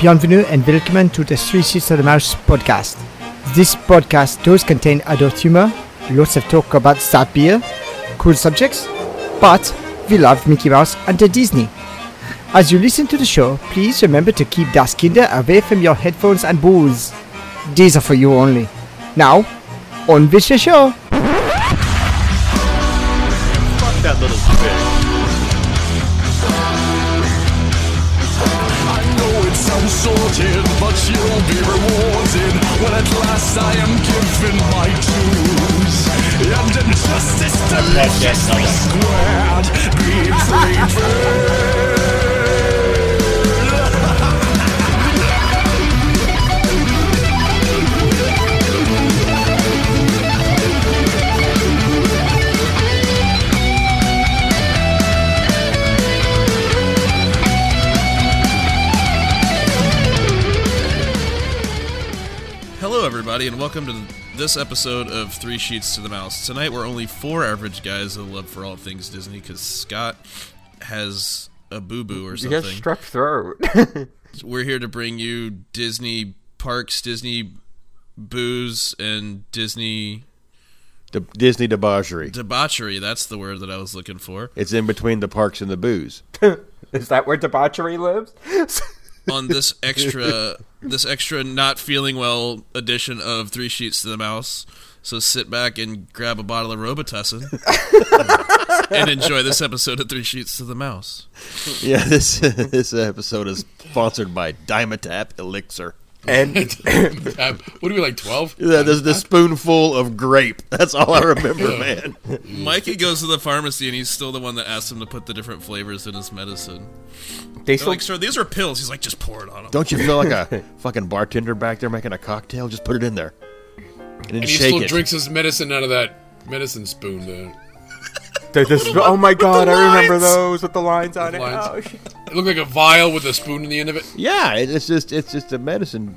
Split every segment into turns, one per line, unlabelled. bienvenue and welcome to the Three Seats of the Mouse podcast. This podcast does contain adult humor, lots of talk about sad beer, cool subjects, but we love Mickey Mouse and the Disney. As you listen to the show, please remember to keep Das Kinder away from your headphones and booze. These are for you only. Now, on with the show.
Fuck that little bitch.
I know it sounds sorted, but you'll be rewarded when at last I am given my dues. And injustice deliciously squared, be prepared.
Hello, everybody, and welcome to this episode of Three Sheets to the Mouse. Tonight, we're only four average guys that love for all things Disney because Scott has a boo boo or
You got
something.
strep throat.
we're here to bring you Disney parks, Disney booze, and Disney
the Disney debauchery.
debauchery. That's the word that I was looking for.
It's in between the parks and the booze.
Is that where debauchery lives?
On this extra, this extra not feeling well edition of Three Sheets to the Mouse. So sit back and grab a bottle of Robitussin and enjoy this episode of Three Sheets to the Mouse.
Yeah, this this episode is sponsored by Dimetap Elixir.
And
Um, what are we like twelve?
Yeah, there's the spoonful of grape. That's all I remember, man.
Mikey goes to the pharmacy and he's still the one that asked him to put the different flavors in his medicine.
they
They're
still
like, sir, these are pills. He's like, just pour it on them.
Don't you feel like a fucking bartender back there making a cocktail? Just put it in there. And then
And he
shake
still
it.
drinks his medicine out of that medicine spoon. There,
they just- oh my god, I remember
lines.
those with the lines on it.
lines.
Oh, shit.
it looked like a vial with a spoon in the end of it.
Yeah, it- it's just it's just a medicine,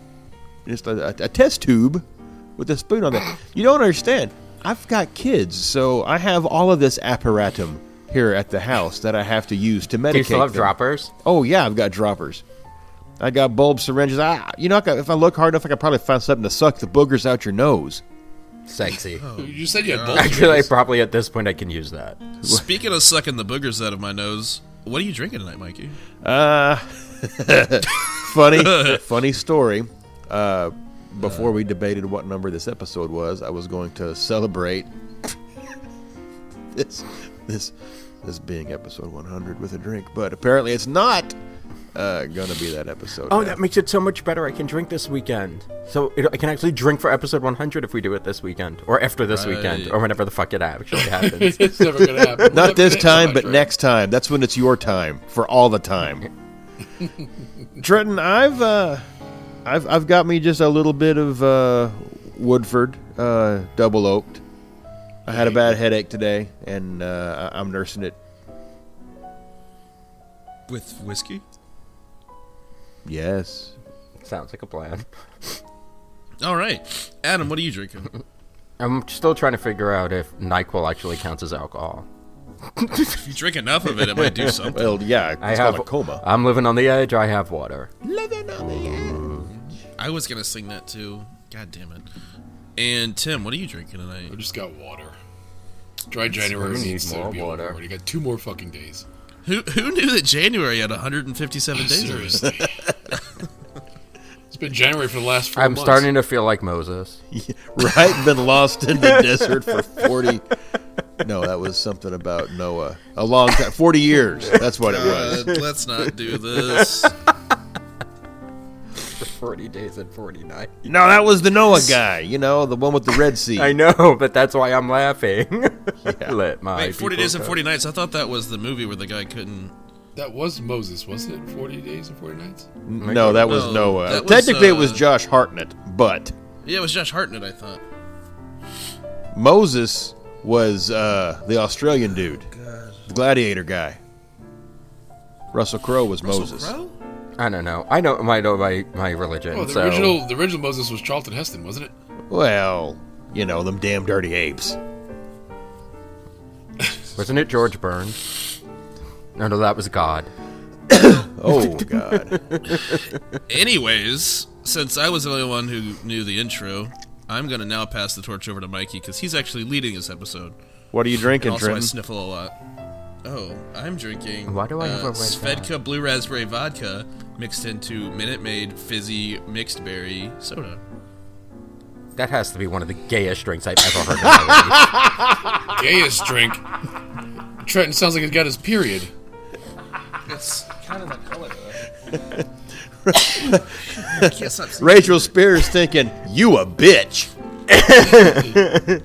just a, a, a test tube with a spoon on it. You don't understand. I've got kids, so I have all of this apparatum here at the house that I have to use to medicate.
Do you still have
them.
droppers?
Oh yeah, I've got droppers. I got bulb syringes. I, you know, I could, if I look hard enough, I could probably find something to suck the boogers out your nose.
Sexy.
Oh,
You said you had both.
Actually, I probably at this point I can use that.
Speaking of sucking the boogers out of my nose, what are you drinking tonight, Mikey?
Funny, funny story. Uh, before we debated what number this episode was, I was going to celebrate this this this being episode 100 with a drink, but apparently it's not uh, gonna be that episode.
Oh,
now.
that makes it so much better. I can drink this weekend. So it, I can actually drink for episode 100 if we do it this weekend, or after this weekend,
Right.
or whenever the fuck it actually happens.
it's never gonna happen.
not this time, but next time. That's when it's your time for all the time. Trenton, I've uh, I've I've got me just a little bit of uh, Woodford uh, double oaked. I had a bad headache today, and uh, I- I'm nursing it.
With whiskey?
Yes,
Sounds like a plan.
All right. Adam, what are you drinking?
I'm still trying to figure out if NyQuil actually counts as alcohol.
if you drink enough of it, it might do something.
well, yeah, it's
I
called
have
a coma.
I'm living on the edge. I have water.
I was going to sing that too. God damn it. And Tim, what are you drinking tonight?
I just got water. Dry January
we need
needs
more
to be
water.
water. You got two more fucking days.
Who who knew that January had 157 days? in it?
Seriously. It's been January for the last four
I'm
months.
starting to feel like Moses.
right, been lost in the desert for forty. No, that was something about Noah. A long time, forty years. That's what it was.
Uh, let's not do this.
40 days and 49.
No, that was the Noah guy. You know, the one with the red sea.
I know, but that's why I'm laughing. Let my
Wait, 40
people
days and
go.
40 nights. I thought that was the movie where the guy couldn't
That was Moses, wasn't it? Forty days and forty nights.
No, that was
No,
Noah.
that was,
Technically, it was
uh,
Josh Hartnett, but
Yeah, it was Josh Hartnett, I thought.
Moses was uh, the Australian dude, the gladiator guy. Russell Crowe was Moses.
I don't know. I know I know my, my religion.
Oh, the
so
original, the original Moses was Charlton Heston, wasn't it?
Well, you know them damn dirty apes.
wasn't it George Burns? No, no, that was God.
Oh God!
Anyways, since I was the only one who knew the intro, I'm gonna now pass the torch over to Mikey because he's actually leading this episode.
What are you
And
drinking,
also, I
Trenton?
sniffle a lot. Oh, I'm drinking. uh,
Why do I have a red
Svedka Blue Raspberry Vodka mixed into Minute Maid fizzy mixed berry soda?
That has to be one of the gayest drinks I've ever heard. in my life.
Gayest drink. Trenton sounds like he's got his period.
It's kind of that color. I can't stop saying
Rachel Spears thinking you a bitch.
it.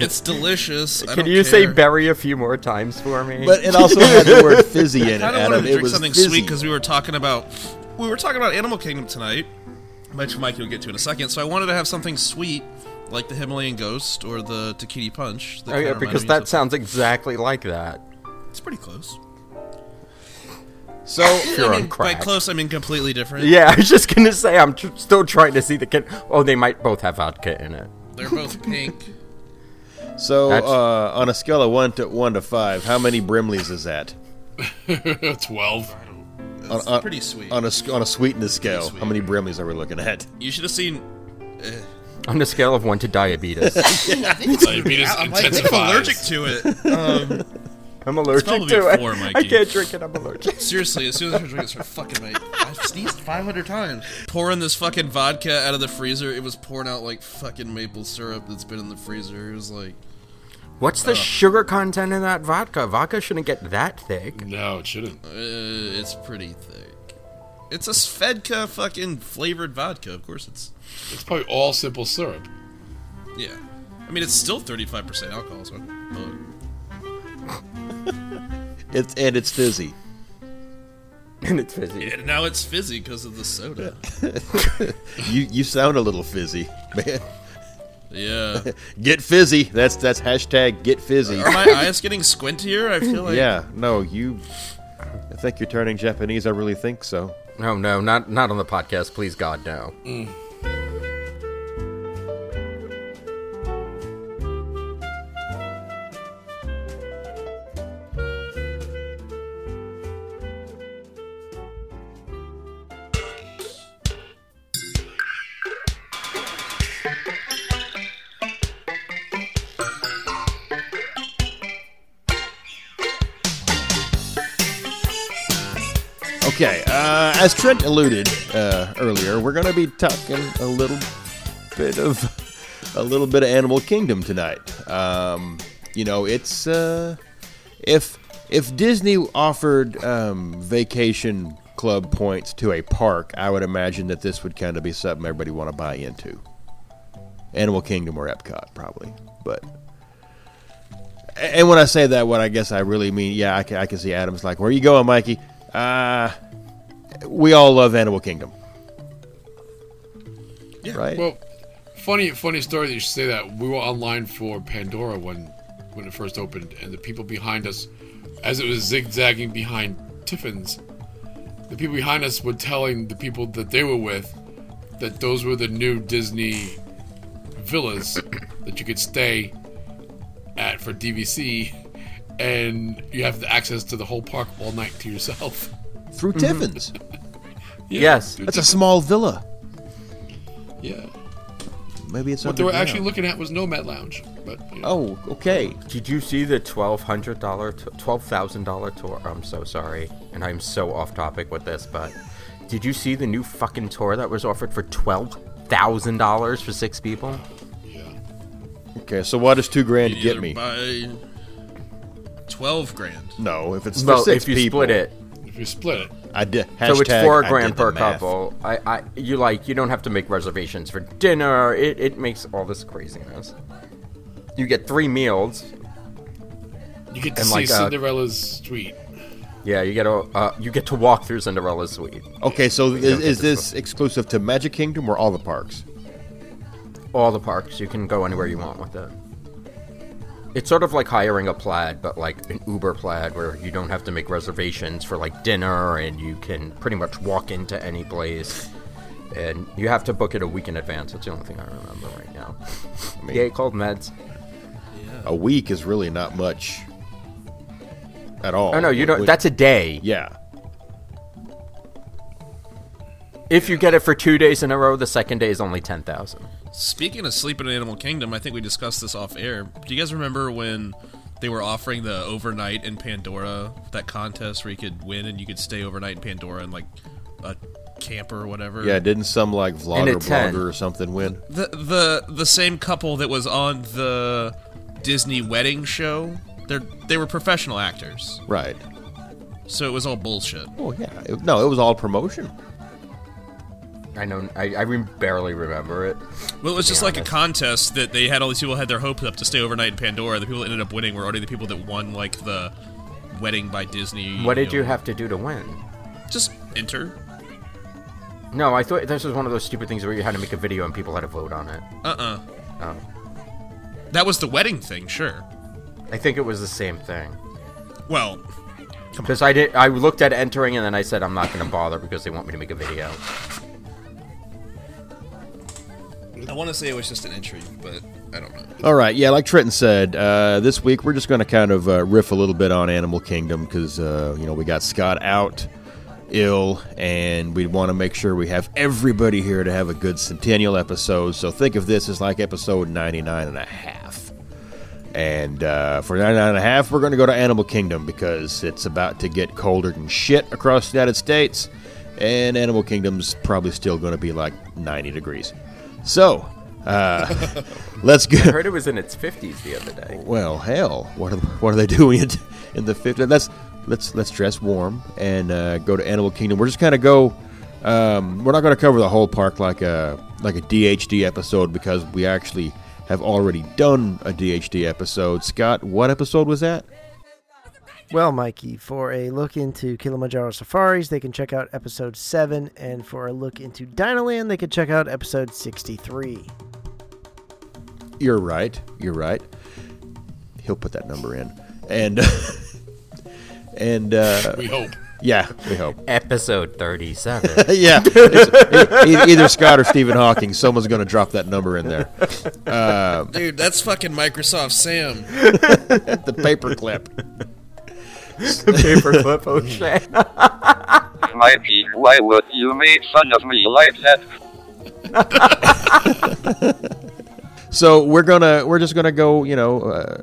It's delicious. I
Can
don't
you say
care.
"bury" a few more times for me?
But it also had the word fizzy in it.
I kind of
Adam.
wanted to
it
drink
was
something
fizzy.
sweet because we were talking about we were talking about Animal Kingdom tonight, which Mikey will get to in a second. So I wanted to have something sweet like the Himalayan Ghost or the Tahiti Punch. that
Oh, yeah,
kinda reminded
because
me
that
of-
sounds exactly like that.
it's pretty close.
So
You're
I
on
mean, by
crack.
close, I mean completely different.
Yeah, I was just gonna say I'm tr- still trying to see the kid. Oh, they might both have vodka in it.
They're both pink.
so
That's-
uh, on a scale of one to one to five, how many Brimleys is that?
Twelve.
It's pretty sweet.
On a sc- on a sweetness scale,
sweet.
how many Brimleys are we looking at?
you should have seen.
On a scale of one to diabetes,
Diabetes
I'm like, I think
intensifies.
I'm allergic to it. Um,
I'm allergic
probably
to
a
it.
four,
I
Mikey.
can't drink it. I'm allergic.
Seriously, as soon as I drink this, fucking my, I've sneezed 500 times. Pouring this fucking vodka out of the freezer, it was pouring out like fucking maple syrup that's been in the freezer. It was like,
What's
Uh.
the sugar content in that vodka? Vodka shouldn't get that thick.
No, it shouldn't.
uh, it's pretty thick. It's a Svedka fucking flavored vodka. Of course, it's
It's probably all simple syrup.
yeah. I mean, it's still 35% alcohol. So, uh,
It's and it's fizzy.
and it's fizzy.
and now it's fizzy because of the soda.
You you sound a little fizzy, man.
Yeah.
Get fizzy. That's that's hashtag get fizzy.
Are my eyes getting squintier? I feel like
Yeah, no, you. I think you're turning Japanese. I really think so.
No, no, not not on the podcast. Please, God, no.
Okay, uh, as Trent alluded uh, earlier, we're going to be talking a little bit of a little bit of Animal Kingdom tonight. Um, you know, it's uh, if if Disney offered um, vacation club points to a park, I would imagine that this would kind of be something everybody want to buy into. Animal Kingdom or Epcot, probably, but. And when I say that, what I guess I really mean, yeah, I can, I can see Adam's like, "Where you going, Mikey?" Uh, we all love Animal Kingdom.
Yeah,
Right.
Well, funny, funny story that you should say that. We were online for Pandora when when it first opened, and the people behind us, as it was zigzagging behind Tiffin's, the people behind us were telling the people that they were with that those were the new Disney villas that you could stay at for DVC, and you have the access to the whole park all night to yourself.
Through
Mm-hmm.
Tiffin's.
Yeah,
Yes.
dude,
That's a small villa.
yeah.
Maybe it's
What they were
underground.
actually looking at was Nomad Lounge, but you know,
Oh, okay.
Did you see the twelve hundred dollar, twelve thousand dollar tour? I'm so sorry, and I'm so off topic with this, but did you see the new fucking tour that was offered for twelve thousand dollars for six people?
yeah.
Okay, so what does two grand
You'd
get
either
me?
buy Twelve grand.
No, if it's for
well,
six
if you
people,
split it,
If you split it,
I did.
so it's four
hashtag I did
grand
the
per
math.
couple. I, I, you like, you don't have to make reservations for dinner. It, it makes all this craziness. You get three meals.
You get to
And,
see
like, uh,
Cinderella's suite.
Yeah, you get a, uh, you get to walk through Cinderella's suite.
Okay, so is,
don't get
is
this
this exclusive to Magic Kingdom or all the parks?
all the parks. You can go anywhere you want with it. It's sort of like hiring a plaid, but like an Uber plaid, where you don't have to make reservations for like dinner, and you can pretty much walk into any place. And you have to book it a week in advance. That's the only thing I remember right now.
mean-
Yay, cold meds.
A week is really not much at all.
Oh no, you
We-
don't.
we-
That's a day.
yeah.
If you get it for two days in a row, the second day is only ten thousand.
Speaking of sleep in Animal Kingdom, I think we discussed this off air. Do you guys remember when they were offering the overnight in Pandora that contest where you could win and you could stay overnight in Pandora in like a camper or whatever?
Yeah, didn't some like vlogger
tent.
blogger or something win?
The the the same couple that was on the Disney wedding show. They they were professional actors,
Right.
so it was all bullshit.
Oh yeah. It- no, it was all promotion.
I know. I, I re- barely remember it.
Well, it was just
Yeah,
like a
that's-
contest that they had all these people had their hopes up to stay overnight in Pandora. The people that ended up winning were already the people that won like the wedding by Disney.
What did you
know,
have to do to win?
Just enter.
No, I thought this was one of those stupid things where you had to make a video and people had to vote on it.
Uh
Uh-uh.
uh
Oh.
That was the wedding thing, sure.
I think it was the same thing.
Well,
Because I did. I looked at entering and then I said I'm not going to bother because they want me to make a video.
I want to say it was just an entry, but I don't know.
All right, yeah, like Trenton said, uh, this week we're just going to kind of uh, riff a little bit on Animal Kingdom because uh, you know we got Scott out ill, and we want to make sure we have everybody here to have a good centennial episode. So think of this as like episode 99 and a half. And uh, for 99 and a half, we're going to go to Animal Kingdom because it's about to get colder than shit across the United States. And Animal Kingdom's probably still going to be like 90 degrees. So, uh, let's go.
I heard it was in its 50s the other day.
Well, hell, what are, what are they doing in, in the 50s? Let's let's let's dress warm and uh, go to Animal Kingdom. We're just kind of go. Um, we're not going to cover the whole park like a like a DHD episode because we actually have already done a DHD episode. Scott, what episode was that?
Well, Mikey, for a look into Kilimanjaro Safaris, they can check out episode 7, and for a look into Dinoland, they can check out episode 63.
You're right. You're right. He'll put that number in, and and uh,
We hope.
yeah, we hope.
Episode 37.
yeah. It's- e- either Scott or Stephen Hawking. Someone's going to drop that number in there.
Dude, that's fucking Microsoft Sam.
The paperclip.
Paperclip O'Shea.
Mikey, why would you make fun of me like that?
So we're gonna we're just gonna go you know uh,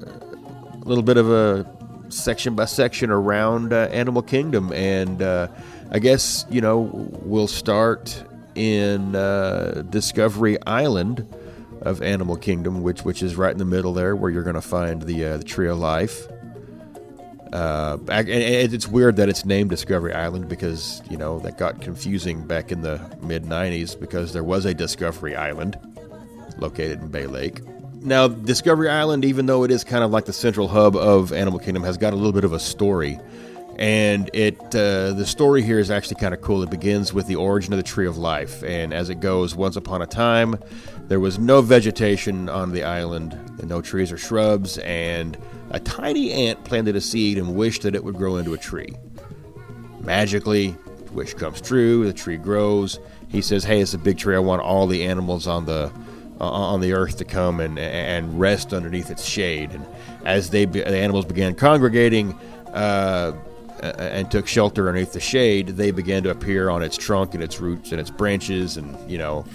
a little bit of a section by section around uh, Animal Kingdom, and uh, I guess you know we'll start in uh, Discovery Island of Animal Kingdom, which which is right in the middle there, where you're gonna find the uh, the Tree of Life. Uh, ac- and and it's weird that it's named Discovery Island because you know that got confusing back in the mid '90s because there was a Discovery Island located in Bay Lake. Now, Discovery Island, even though it is kind of like the central hub of Animal Kingdom, has got a little bit of a story, and it uh, the story here is actually kind of cool. It begins with the origin of the Tree of Life, and as it goes, once upon a time, there was no vegetation on the island, and no trees or shrubs, and a tiny ant planted a seed and wished that it would grow into a tree magically. Wish comes true. The tree grows. He says, "Hey, it's a big tree. I want all the animals on the uh, on the earth to come and and rest underneath its shade." And as they be, the animals began congregating uh, a- and took shelter underneath the shade, they began to appear on its trunk and its roots and its branches. And you know,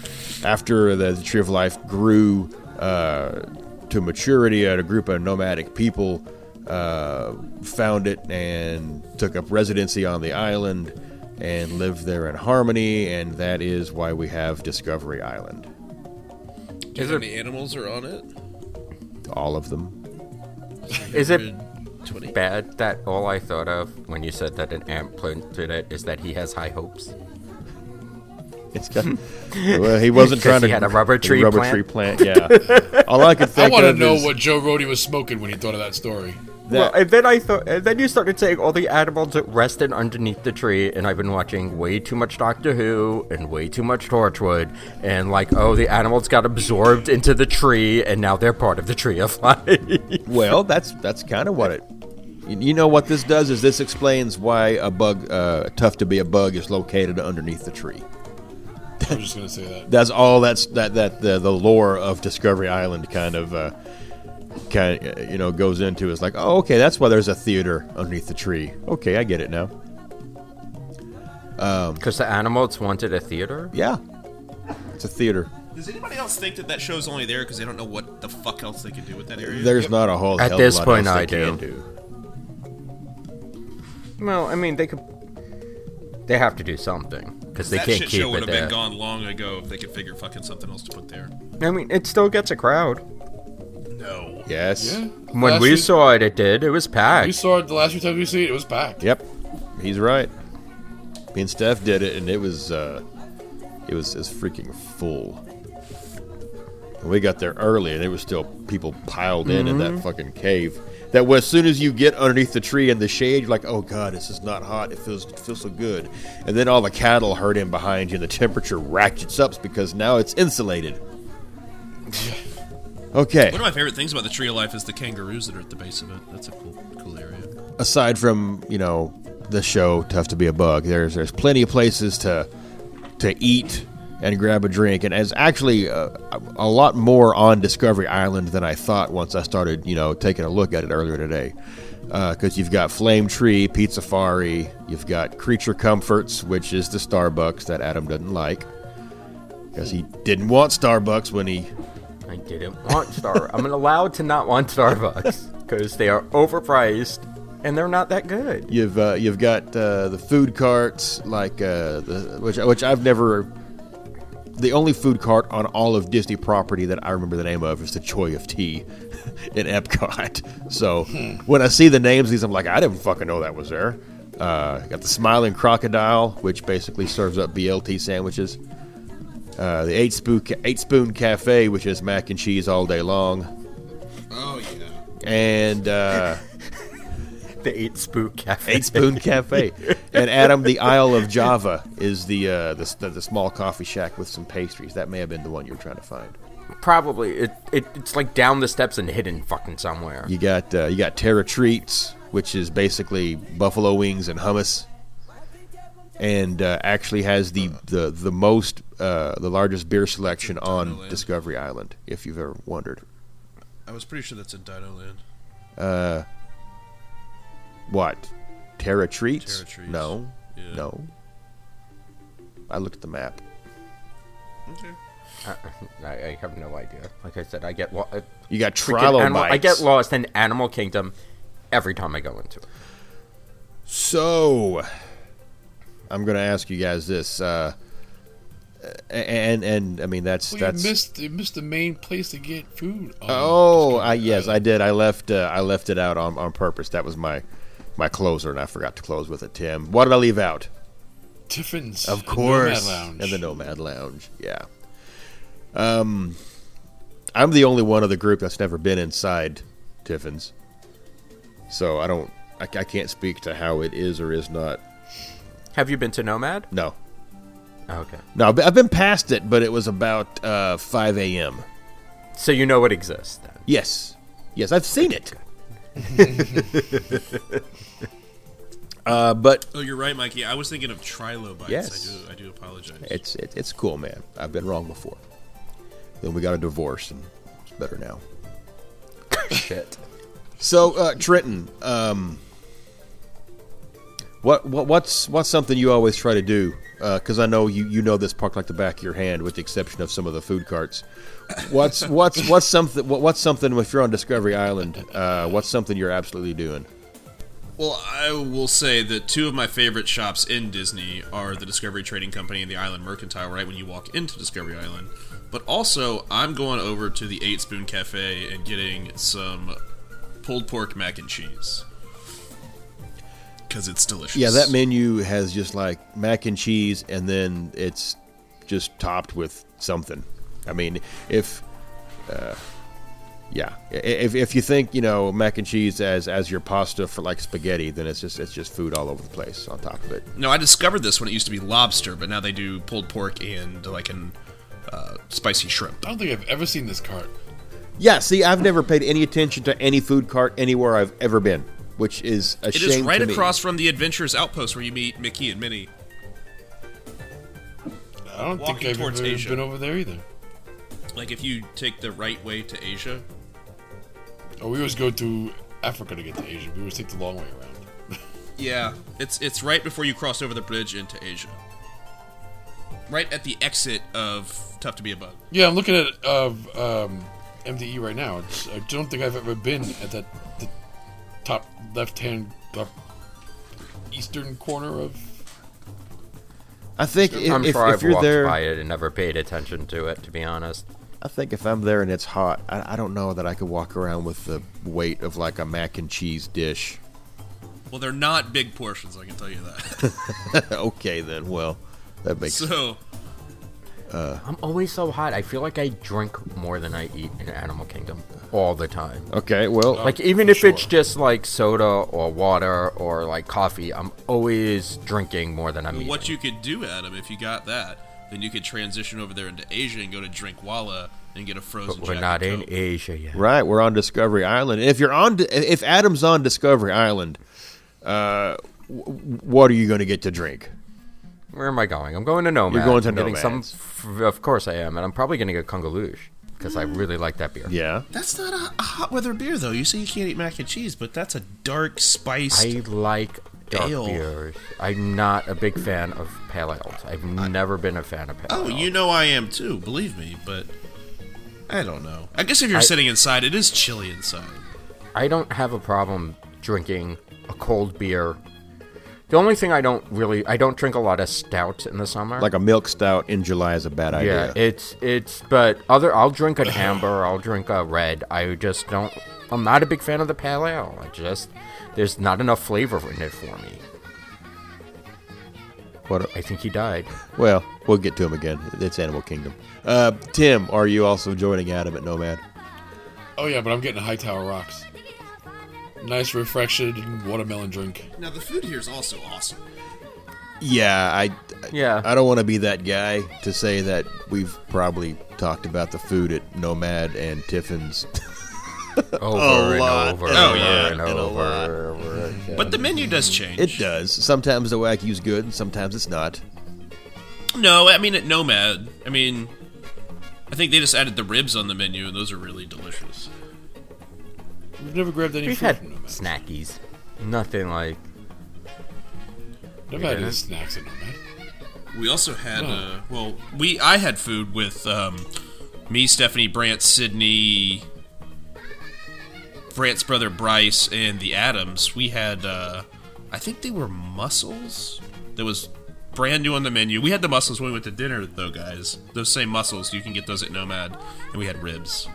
after the, the tree of life grew uh, to maturity, at a group of nomadic people uh, found it and took up residency on the island and lived there in harmony, and that is why we have Discovery Island.
Do you know how many animals are on it?
All of them.
Is it
20.
bad that all I thought of when you said that an ant planted it is that he has high hopes?
It's got, well, he wasn't
'Cause
trying to
he had a rubber tree
rubber
plant?
tree plant. Yeah. All I could
I
think
want to
of
know
is
what Joe Rody was smoking when he thought of that story.
Well,
that-
and then I thought, and then you started saying all the animals that rested underneath the tree, and I've been watching way too much Doctor Who and way too much Torchwood, and like, oh, the animals got absorbed into the tree, and now they're part of the tree of life.
Well, that's that's kind of what it. you- You know what this does is this explains why a bug, uh, tough to be a bug, is located underneath the tree.
I was just gonna say that.
that's all that's that that the, the lore of Discovery Island kind of uh, kind uh, you know goes into is like oh okay that's why there's a theater underneath the tree okay I get it now
Because the animal it's wanted at theater.
Yeah, it's a theater.
Does anybody else think that that show's only there because they don't know what the fuck else they can do with that area?
There's not a whole
At
hell
this
lot
point,
else they
I do.
can do.
Well, I mean, they could. They have to do something because they
that
can't
shit
keep
show would
it
have been
there.
gone long ago if they could figure fucking something else to put there.
I mean, it still gets a crowd.
No.
Yes.
Yeah.
When
Last
we
week-
saw it, it did. It was
we
packed.
saw it the last few times we see it, it was packed.
Yep. He's right. Me and Steph did it, and it was uh, it was as freaking full. And we got there early, and there was still people piled in in that fucking cave. That was, as soon as you get underneath the tree in the shade, you're like, "Oh god, this is not hot. It feels it feels so good." And then all the cattle herd in behind you, and the temperature ratchets up because now it's insulated. okay.
One of my favorite things about the Tree of Life is the kangaroos that are at the base of it. That's a cool, cool area.
aside from you know the show tough to be a bug there's there's plenty of places to to eat and grab a drink and as actually uh, a lot more on discovery island than i thought once i started you know taking a look at it earlier today because you've got flame tree pizza fari you've got creature comforts which is the starbucks that adam doesn't like because he didn't want starbucks when he
I didn't want Star. I'm allowed to not want Starbucks because they are overpriced and they're not that good.
You've uh, you've got uh, the food carts, like uh, the, which which I've never. The only food cart on all of Disney property that I remember the name of is the Choy of Tea in Epcot. So
Hmm.
when I see the names of these, I'm like, I didn't fucking know that was there. Uh, got the Smiling Crocodile, which basically serves up BLT sandwiches. Uh, the Eight Spoon Eight Spoon Cafe, which is mac and cheese all day long,
Oh, yeah.
and. Uh,
The Eight Spook Cafe.
Eight Spoon Cafe. And Adam, the Isle of Java is the, uh, the the the small coffee shack with some pastries. That may have been the one you were trying to find.
Probably it, it. It's like down the steps and hidden fucking somewhere.
You got uh, you got Terra Treats, which is basically buffalo wings and hummus, and uh, actually has the the the most uh, the largest beer selection on Discovery Island. If you've ever wondered
I was pretty sure that's in Dino Land.
what Terra Treats,
Terra Treats.
no,
Yeah.
no. I looked at the map.
Okay.
I, I have no idea. Like I said, I get lo- I,
You got
freaking animal,
trilobites.
I get lost in Animal Kingdom every time I go into it.
So, I'm going to ask you guys this, uh, a- and and I mean that's
Well,
that's.
you missed you missed the main place to get food.
oh, I, yes, I did. I left. Uh, I left it out on, on purpose. That was my my closer, and I forgot to close with it. Tim, what did I leave out?
Tiffins.
Of
and Nomad
course,
Lounge.
and the Nomad Lounge. Yeah. Um, I'm the only one of the group that's never been inside Tiffin's, so I don't. I, I can't speak to how it is or is not.
Have you been to Nomad?
No, Oh,
Okay,
No, I've- I've been past it, but it was about uh, 5 a.m.
so you know it exists then.
Yes. Yes, I've seen it. uh, but
Oh, you're right, Mikey. I was thinking of trilobites.
Yes.
I do, I do apologize.
it's it, it's cool, man. I've been wrong before. Then we got a divorce, and it's better now.
Shit.
So, uh, Trenton, um, what, what what's what's something you always try to do? Because I know you, you know this park like the back of your hand, with the exception of some of the food carts. What's what's what's something what, what's something if you're on Discovery Island? Uh, what's something you're absolutely doing?
Well, I will say that two of my favorite shops in Disney are the Discovery Trading Company and the Island Mercantile, right when you walk into Discovery Island. But also, I'm going over to the Eight Spoon Cafe and getting some pulled pork mac and cheese. Because it's delicious.
Yeah, that menu has just like mac and cheese, and then it's just topped with something. I mean, if, uh, yeah, I- if, if you think you know mac and cheese as as your pasta for like spaghetti, then it's just it's just food all over the place on top of it.
No, I discovered this when it used to be lobster, but now they do pulled pork and like an uh, spicy shrimp.
I don't think I've ever seen this cart.
Yeah, see, I've never paid any attention to any food cart anywhere I've ever been, which is a
It
shame.
is right
to me.
across from the Adventures Outpost where you meet Mickey and Minnie.
I don't think
Walking
I've
towards
ever
Asia.
been over there either.
Like if you take the right way to Asia,
Oh, we always go to Africa to get to Asia. We always take the long way around.
Yeah, it's it's right before you cross over the bridge into Asia. Right at the exit of Tough to Be a Bug.
Yeah, I'm looking at uh, um, MDE right now. It's, I don't think I've ever been at that the top left-hand top eastern corner of.
I think if,
I'm
if-
sure
if
I've
you're
walked
there,
by it and never paid attention to it, to be honest.
I think if I'm there and it's hot, I, I don't know that I could walk around with the weight of like a mac and cheese dish.
Well, they're not big portions, I can tell you that.
okay, then. Well, that makes
so,
oh, I'm always so hot. I feel like I drink more than I eat in Animal Kingdom all the time.
okay.
Oh,
Well,
Like even if it's just like soda or water or like coffee, I'm always drinking more than I'm eating.
what you could do, Adam, if you got that, then you could transition over there into Asia and go to Drinkwalla and get a frozen.
but we're
Jack
not
and
in
Coke.
Asia yet.
right, we're on Discovery Island. If you're on, if Adam's on Discovery Island, uh, w- what are you going to get to drink?
Where am I going? I'm going to Nomad.
going to
I'm getting some.
Nomads.
f- of course I am, and I'm probably going to get Kungaloosh because I really like that beer.
Yeah.
That's not a, a hot weather beer, though. You say you can't eat mac and cheese, but that's a dark, spiced.
I like dark
Ale.
beers. I'm not a big fan of pale ales. I've never been a fan of pale
Oh,
ales.
you know I am too, believe me, but I don't know. I guess if you're sitting inside, it is chilly inside.
I don't have a problem drinking a cold beer. The only thing I don't really, I don't drink a lot of stouts in the summer.
Like a milk stout in July is a bad
yeah,
idea.
it's it's, but other, I'll drink an amber, I'll drink a red. I just don't. I'm not a big fan of the pale ale. I just there's not enough flavor in it for me.
What-
I think he died.
well, we'll get to him again. It's Animal Kingdom. Uh, Tim, are you also joining Adam at Nomad?
Oh yeah, but I'm getting high tower rocks. Nice refreshing watermelon drink.
Now, the food here is also awesome.
Yeah, I.
Yeah.
I don't want to be that guy to say that we've probably talked about the food at Nomad and Tiffin's
Over and
Uh, lot.
over,
Oh,
and,
yeah,
and
and a
over.
lot.
and over again.
But the menu does change.
It does. Sometimes the wacky's good, and sometimes it's not.
No, I mean, at Nomad, I mean, I think they just added the ribs on the menu, and those are really delicious.
We've never grabbed any
We've
food
had
from Nomad.
snackies. Nothing like
never had any
didn't?
snacks in Nomad.
We also had,
Oh.
uh, well, we I had food with um, me, Stephanie, Brant, Sydney, Brant's brother Bryce, and the Adams. We had, uh, I think they were mussels. That was brand new on the menu. We had the mussels when we went to dinner, though, guys. Those same mussels, you can get those at Nomad. And we had ribs.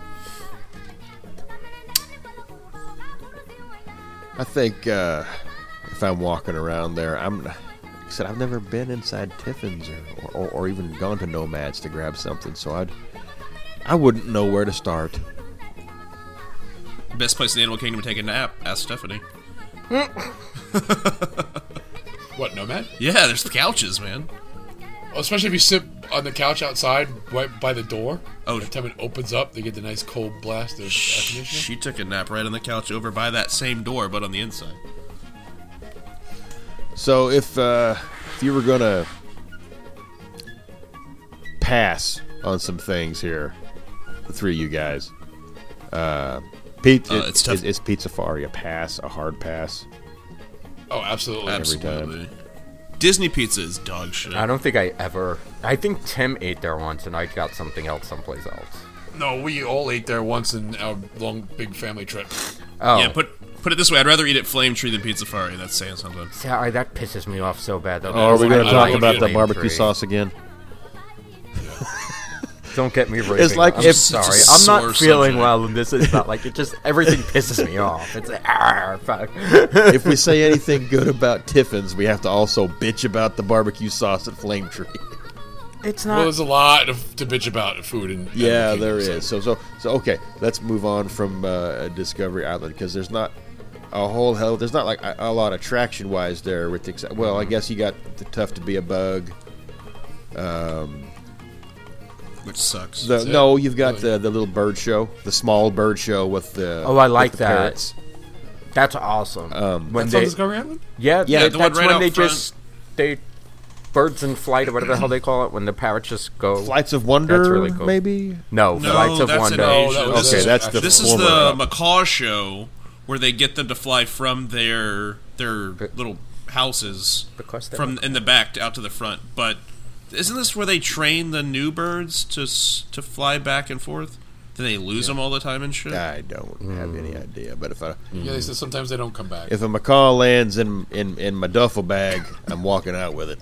I think uh, if I'm walking around there, I'm. like I said I've never been inside Tiffin's or, or, or even gone to Nomads to grab something, so I'd. I wouldn't know where to start.
Best place in the Animal Kingdom to take a nap? Ask Stephanie.
What Nomad? Oh,
Yeah, there's the couches, man.
Especially if you sit on the couch outside, right by the door.
Oh.
By the time it opens up, they get the nice cold blast of air conditioning.
She took a nap right on the couch over by that same door, but on the inside.
So if uh, if you were gonna pass on some things here, the three of you guys, uh, Pete,
Uh,
it-
it's tough.
Is, is Pete Safari a pass, a hard pass?
Oh, absolutely.
time.
Absolutely. Disney pizza is dog shit.
I don't think I ever. I think Tim ate there once, and I got something else someplace else.
No, we all ate there once in our long big family trip.
Oh,
Yeah, put put it this way. I'd rather eat at Flame Tree than Pizza Fari. That's saying something.
sorry, that pisses me off so bad. Though.
Oh, are we
I
gonna
like
talk
it.
about the
Flame
barbecue
Tree.
sauce again?
Don't get me raving. It's
like
like I'm
if-
sorry,
It's a
I'm
sore
not feeling
subject.
well, and this is not like it. Just everything pisses me off. It's like, ah, fuck.
if we say anything good about Tiffin's, we have to also bitch about the barbecue sauce at Flame Tree.
It's
Well,
not.
there's a lot of, to bitch about in food and
Yeah, there is. So, so, so, okay. Let's move on from uh, Discovery Island because there's not a whole hell. There's not like a, a lot of traction wise there. With the, ex- well, I guess you got the tough to be a bug.
Which sucks.
The, no, you've got the, the little bird show, the small bird show with the
Oh, I
with
like
the
that.
parrots.
That's awesome. Um, when
That's on
they,
Discovery Island.
yeah,
Yeah,
yeah,
the one
that's
right
when
out
they
front.
just they birds in flight or whatever the hell they call it when the parrots just go.
Flights of Wonder,
That's really cool.
maybe.
No,
No,
flights of
that's
wonder.
an Asian.
that was
Okay,
a-
that's the
this is
former
the
one.
macaw show where they get them to fly from their their little houses
Because they
from in the back to out to the front. But isn't this where they train the new birds to s- to fly back and forth? Then they lose them all the time and shit.
I don't have any
Mm.
idea, but if I
Mm-hmm.
Yeah, they said sometimes they don't come back.
if a macaw lands in in, in my duffel bag, I'm walking out with it.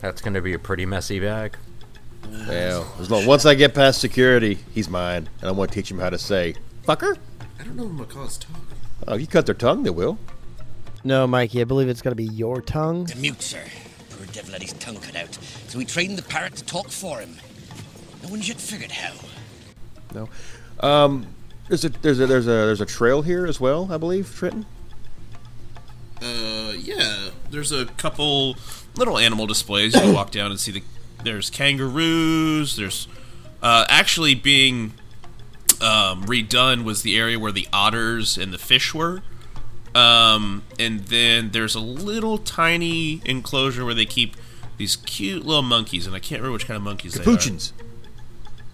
That's going to be a pretty messy bag.
Well, as long once I get past security, he's mine, and I want to teach him how to say "fucker."
I don't know if macaws talk.
Oh, if you cut their tongue, they will.
No, Mikey, I believe it's going to be your tongue.
The mute, sir. Poor devil had his tongue cut out, so we trained the parrot to talk for him. No one's yet figured how.
No. Um, there's a there's a there's a there's a trail here as well, I believe, Trenton.
Uh, yeah, there's a couple little animal displays. You walk down and see the there's kangaroos. There's uh, actually being um, redone was the area where the otters and the fish were. Um, and then there's a little tiny enclosure where they keep these cute little monkeys, and I can't remember which kind of monkeys
Poochins.
they are.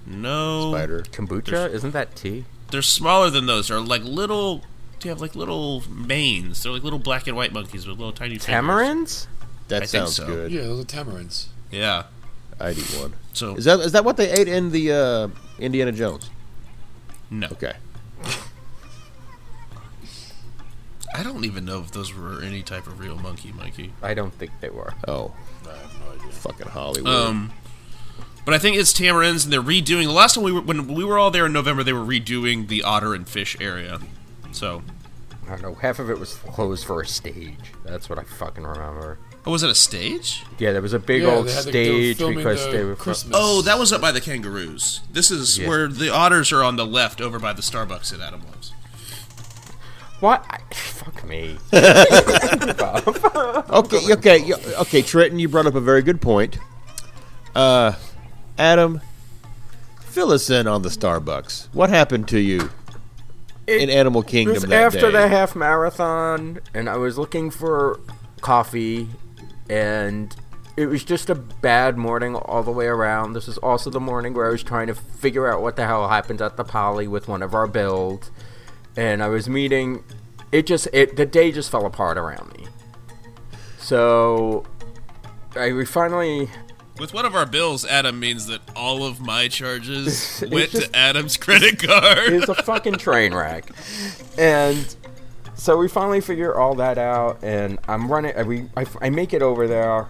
No,
Spider.
Kombucha? Isn't that tea?
they're smaller than those. They're like little. They have like little manes. They're like little black and white monkeys with little tiny fingers.
Tamarinds?
That
I think
sounds
so.
good.
yeah, those are tamarins.
Yeah.
I'd eat one.
So
Is that is that what they ate in the uh, Indiana Jones?
no,
Okay.
I don't even know if those were any type of real monkey, Mikey.
I don't think they were.
Oh. Fucking Hollywood.
Um, but I think it's tamarins, and they're redoing. The last time we were when we were all there in November, they were redoing the otter and fish area. So,
I don't know. Half of it was closed for a stage. That's what I fucking remember.
oh, was it a stage?
Yeah, there was a big
Yeah,
old
they had the- they were
stage
filming
because
the
they were. fil-
Christmas.
Oh, that was up by the kangaroos. This is
Yeah.
where the otters are on the left, over by the Starbucks that Adam loves.
what? I, fuck me.
Okay, okay, y- okay, Trenton, you brought up a very good point. Uh, Adam, fill us in on the Starbucks. What happened to you in Animal
It
Kingdom
was
that
after
day?
the half marathon, and I was looking for coffee, and it was just a bad morning all the way around. This is also the morning where I was trying to figure out what the hell happened at the poly with one of our builds, and I was meeting. It just it the day just fell apart around me. So I we finally
With one of our bills, Adam means that all of my charges went to Adam's credit card.
It's a fucking train wreck. And so we finally figure all that out, and I'm running. I- We, I, I make it over there,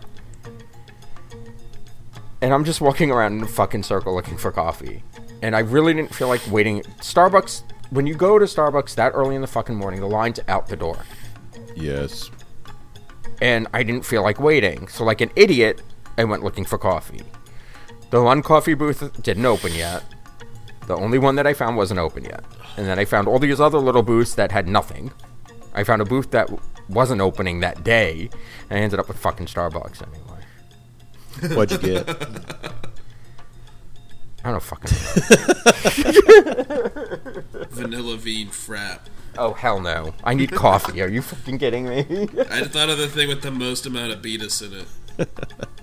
and I'm just walking around in a fucking circle looking for coffee. And I really didn't feel like waiting. Starbucks. When you go to Starbucks that early in the fucking morning, the line's out the door,
Yes.
and I didn't feel like waiting. So like an idiot, I went looking for coffee. The one coffee booth didn't open yet. The only one that I found wasn't open yet. And then I found all these other little booths that had nothing. I found a booth that w- wasn't opening that day, and I ended up with fucking Starbucks anyway.
What'd you get?
I don't fucking. know.
Vanilla bean frap.
oh hell no! I need coffee. Are you fucking kidding me?
I thought of the thing with the most amount of betas in it.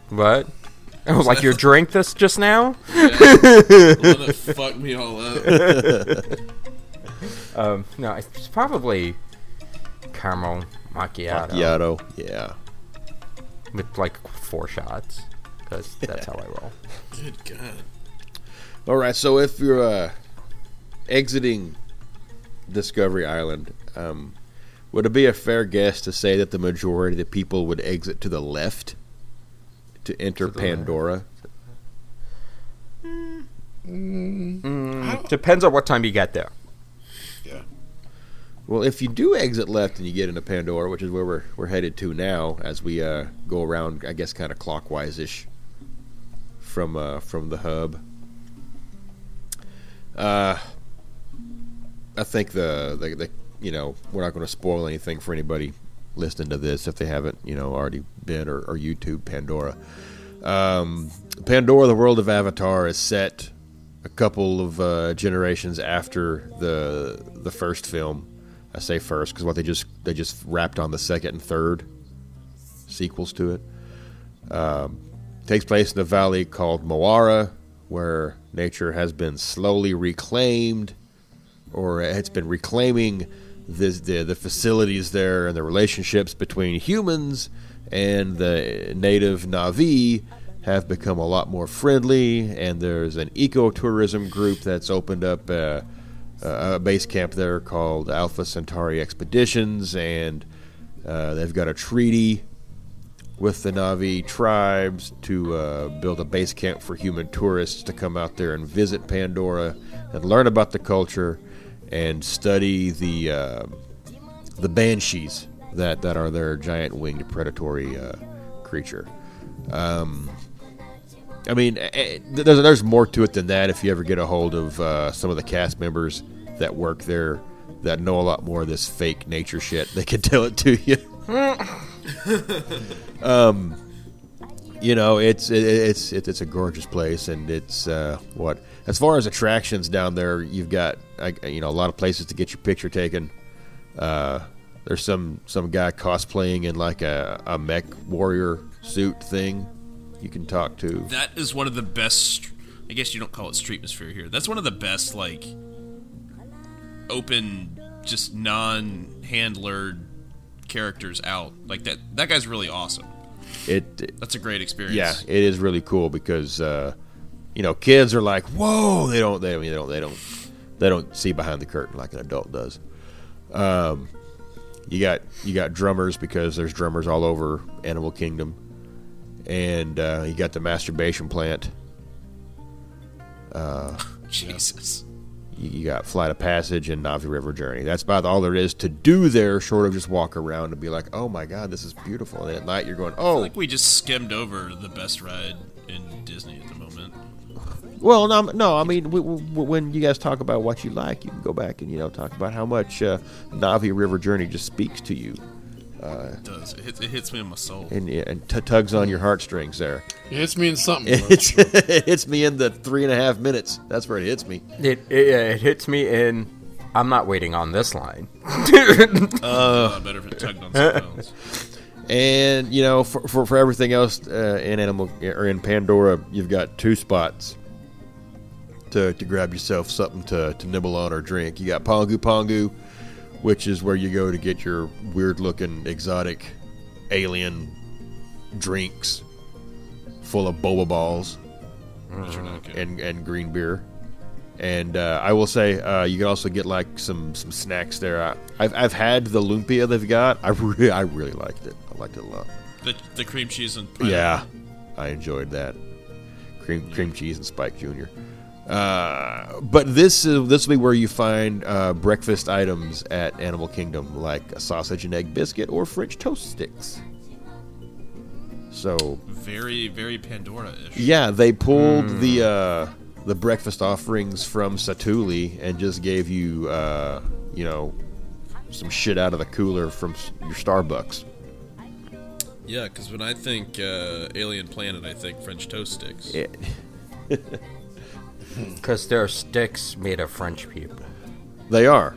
what? I was like, you drink this just now?
The one that fucked me all up.
Um, no, it's probably caramel macchiato
Yado. Yeah.
with like four shots, because that's how I roll.
Good God.
All right, so if you're uh, exiting Discovery Island, um, would it be a fair guess to say that the majority of the people would exit to the left to enter Pandora?
Mm. Depends on what time you get there.
Well, if you do exit left and you get into Pandora, which is where we're we're headed to now, as we uh, go around, I guess, kind of clockwise ish from uh, from the hub. Uh, I think the, the the you know we're not going to spoil anything for anybody listening to this if they haven't you know already been or, or YouTube Pandora. Um, Pandora, the world of Avatar, is set a couple of uh, generations after the the first film. I say first because what they just they just wrapped on the second and third sequels to it. Um, takes place in a valley called Moara, where nature has been slowly reclaimed, or it's been reclaiming the, the the facilities there and the relationships between humans and the native Navi have become a lot more friendly. And there's an ecotourism group that's opened up uh, a a base camp there called Alpha Centauri Expeditions, and uh, they've got a treaty with the Navi tribes to uh, build a base camp for human tourists to come out there and visit Pandora and learn about the culture and study the uh, the banshees that, that are their giant winged predatory uh, creature. I mean, eh, eh, there's there's more to it than that. If you ever get a hold of uh, some of the cast members that work there, that know a lot more of this fake nature shit, they can tell it to you. um, you know, it's it, it's it, it's a gorgeous place, and it's uh, what as far as attractions down there, you've got like, you know a lot of places to get your picture taken. Uh, there's some some guy cosplaying in like a, a mech warrior suit thing. You can talk to.
That is one of the best. I guess you don't call it streetmosphere here. That's one of the best, like, open, just non-handlered characters out. Like that. That guy's really awesome.
It
That's a great experience.
Yeah, it is really cool because uh, you know kids are like, "Whoa!" They don't. They I mean, they don't. They don't. They don't see behind the curtain like an adult does. Um, you got you got drummers because there's drummers all over Animal Kingdom, and uh, you got the masturbation plant.
Jesus.
You, you got Flight of Passage and Navi River Journey. That's about all there is to do there, short of just walk around and be like, "Oh my God, this is beautiful." And at night, you're going, "Oh,
I think we just skimmed over the best ride in Disney at the moment.
Well, no, no. I mean, w- w- when you guys talk about what you like, you can go back and you know talk about how much uh, Navi River Journey just speaks to you
It does. It hits, it hits me in my soul.
and, and t- tugs on your heartstrings. There,
It hits me in something. bro.
it's, it hits me in the three and a half minutes. That's where it hits me.
It, it yeah, it hits me in. I'm not waiting on this line.
Uh, better if it tugged on something else.
And you know, for for, for everything else uh, in Animal or in Pandora, you've got two spots to, to grab yourself something to, to nibble on or drink. You got Pongu Pongu, which is where you go to get your weird looking exotic alien drinks full of boba balls
Those are not good.
and, and green beer. And uh, I will say, uh, you can also get like some, some snacks there. I, I've, I've had the lumpia they've got. I, re- I really liked it. I liked it a lot.
The, the cream cheese and
Oh,
pineapple.
Yeah, I enjoyed that. Cream cream cheese and Spike Junior. Uh, but this is this will be where you find uh, breakfast items at Animal Kingdom, like a sausage and egg biscuit or French toast sticks. So
Very, very Pandora-ish.
yeah, they pulled the uh, the breakfast offerings from Satuli and just gave you uh, you know some shit out of the cooler from s- your Starbucks.
Yeah, because when I think uh, Alien Planet, I think French toast sticks.
Yeah.
Because there are sticks made of French people.
They are.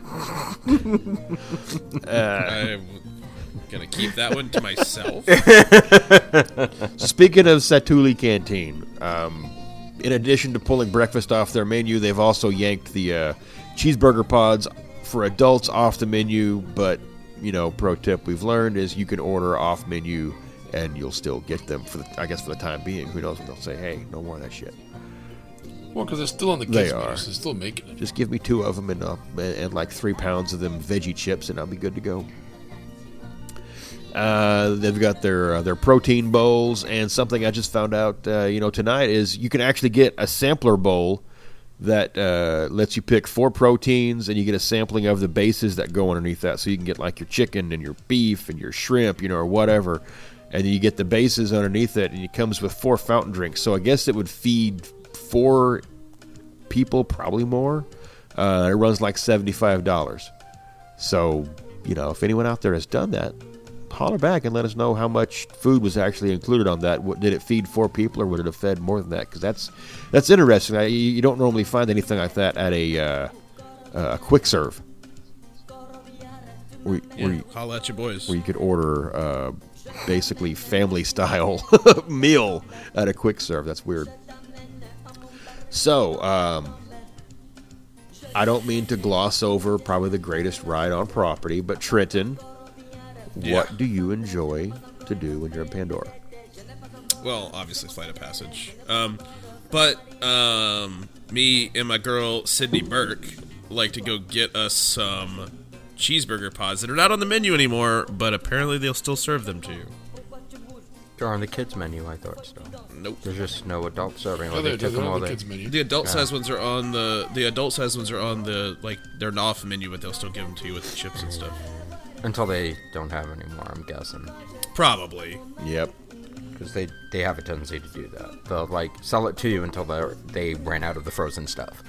I'm gonna keep that one to myself.
Speaking of Satuli Canteen, um, in addition to pulling breakfast off their menu, they've also yanked the uh, cheeseburger pods for adults off the menu. But you know, pro tip we've learned is you can order off menu and you'll still get them for the, I guess for the time being. Who knows when they'll say, "Hey, no more of that shit.
Well, because they're still on the
They
kids'
are.
menu, so they're still making it.
Just give me two of them and, I'll, and, and like three pounds of them veggie chips, and I'll be good to go." Uh, they've got their uh, their protein bowls, and something I just found out, uh, you know, tonight is you can actually get a sampler bowl that uh, lets you pick four proteins, and you get a sampling of the bases that go underneath that. So you can get like your chicken and your beef and your shrimp, you know, or whatever, and then you get the bases underneath it, and it comes with four fountain drinks. So I guess it would feed four people, probably more. Uh, it runs like seventy five dollars. So, you know, if anyone out there has done that, holler back and let us know how much food was actually included on that. What, did it feed four people, or would it have fed more than that? Because that's that's interesting. I, you you don't normally find anything like that at a uh, uh, quick serve, where, where,
Yeah,
you,
holla at your boys.
where you could order uh, basically family style meal at a quick serve. That's weird. So, um, I don't mean to gloss over probably the greatest ride on property, but Trenton, what do you enjoy to do when you're in Pandora?
Well, obviously, Flight of Passage. Um, but um, me and my girl Sydney Burke like to go get us some cheeseburger pods that are not on the menu anymore, but apparently they'll still serve them to you.
They're on the kids menu, I thought. So
Nope.
there's just no adult serving.
Oh,
Like,
there
they
it
took
is. They're
them all
on the
there.
kids menu.
The adult size ones are on the the adult size ones are on the like they're not off menu, but they'll still give them to you with the chips and stuff.
until they don't have any more. I'm guessing
Probably.
Yep.
because they they have a tendency to do that. They'll like sell it to you until they they ran out of the frozen stuff.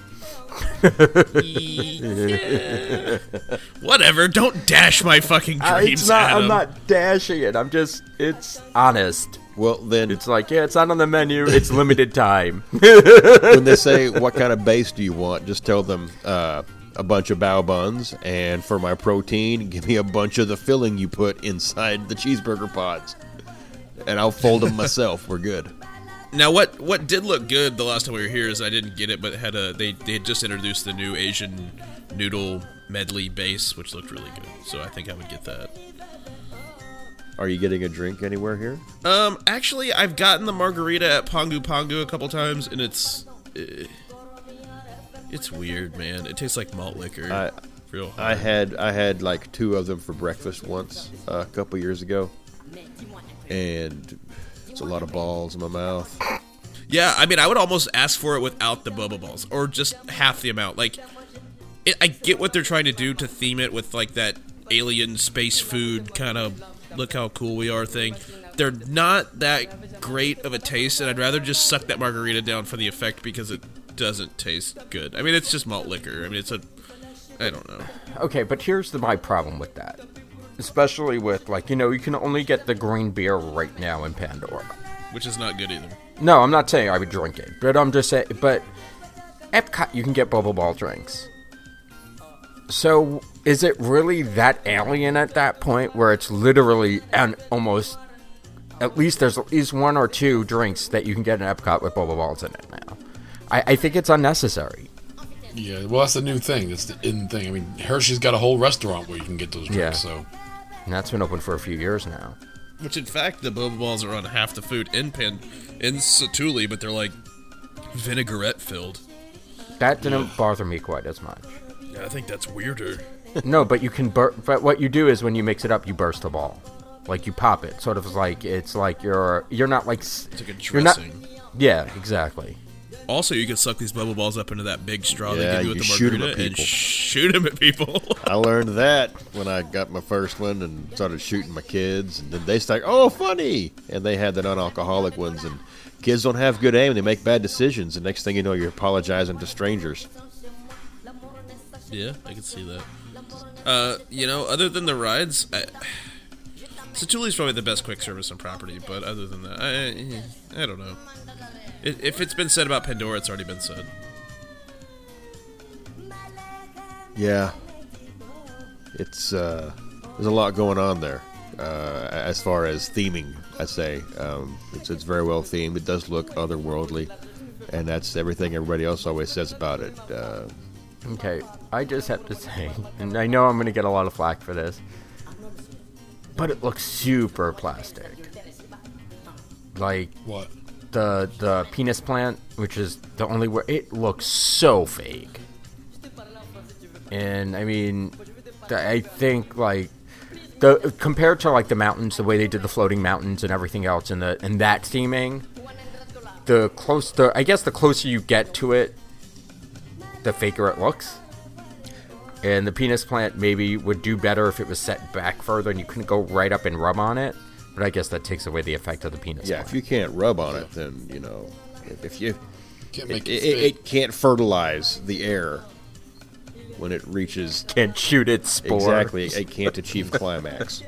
Whatever. Don't dash my fucking dreams. Adam.
I'm not dashing it. I'm just it's honest.
Well, then
It's like yeah, it's not on the menu. It's limited time.
when they say what kind of base do you want, just tell them uh, a bunch of bao buns, and for my protein, give me a bunch of the filling you put inside the cheeseburger pods, and I'll fold them myself. We're good.
Now, what what did look good the last time we were here is I didn't get it, but it had a they they had just introduced the new Asian noodle medley base, which looked really good. So I think I would get that.
Are you getting a drink anywhere here?
Um, actually, I've gotten the margarita at Pangu Pangu a couple times, and it's eh, it's weird, man. It tastes like malt liquor.
I-
Real
I
hard.
had I had like two of them for breakfast once uh, a couple years ago, and it's a lot of balls in my mouth.
yeah, I mean, I would almost ask for it without the bubble balls, or just half the amount. Like, it, I get what they're trying to do to theme it with like that alien space food kind of look how cool we are thing. They're not that great of a taste, and I'd rather just suck that margarita down for the effect because it doesn't taste good. I mean, it's just malt liquor. I mean, it's a I don't know.
Okay, but here's the, my problem with that. Especially with, like, you know, you can only get the green beer right now in Pandora.
which is not good either.
No, I'm not saying I would drink it, but I'm just saying, but Epcot, you can get bubble ball drinks. So is it really that alien at that point where it's literally an almost, at least there's at least one or two drinks that you can get in Epcot with bubble balls in it now? I, I think it's unnecessary.
Yeah, well, that's the new thing. That's the in thing. I mean, Hershey's got a whole restaurant where you can get those drinks.
Yeah.
So
And that's been open for a few years now.
Which, in fact, the boba balls are on half the food in Pan in Satuli, but they're like vinaigrette filled.
That didn't bother me quite as much.
Yeah, I think that's weirder.
No, but you can bur- but what you do is when you mix it up, you burst the ball. Like you pop it, sort of like it's like you're you're not like it's
It's like a
you're not,
dressing.
yeah, exactly.
Also, you can suck these bubble balls up into that big straw they give
Yeah,
you with
you
the
shoot 'em
margarita
at
and
people.
shoot them at people.
I learned that when I got my first one and started shooting my kids, and then they start, oh, funny, and they had the non-alcoholic ones, and kids don't have good aim, they make bad decisions, and next thing you know, you're apologizing to strangers.
yeah, I can see that. Uh, you know, other than the rides, I, Satuli's probably the best quick service on property. But other than that, I I don't know. If if it's been said about Pandora, it's already been said.
Yeah, it's uh, there's a lot going on there. Uh, as far as theming, I say um, it's it's very well themed. It does look otherworldly, and that's everything everybody else always says about it. Uh,
Okay, I just have to say, and I know I'm gonna get a lot of flack for this, but it looks super plastic. Like
what?
the the penis plant, which is the only way it looks so fake. And I mean, th- I think like the compared to like the mountains, the way they did the floating mountains and everything else, and the and that theming, the close the I guess the closer you get to it, the faker it looks. And the penis plant maybe would do better if it was set back further and you couldn't go right up and rub on it. But I guess that takes away the effect of the penis.
yeah,
plant.
if you can't rub on it, then you know if, if you
Can't
it,
make
it,
it,
it,
fit.
can't fertilize the air when it reaches
can't shoot its spore.
exactly it can't achieve climax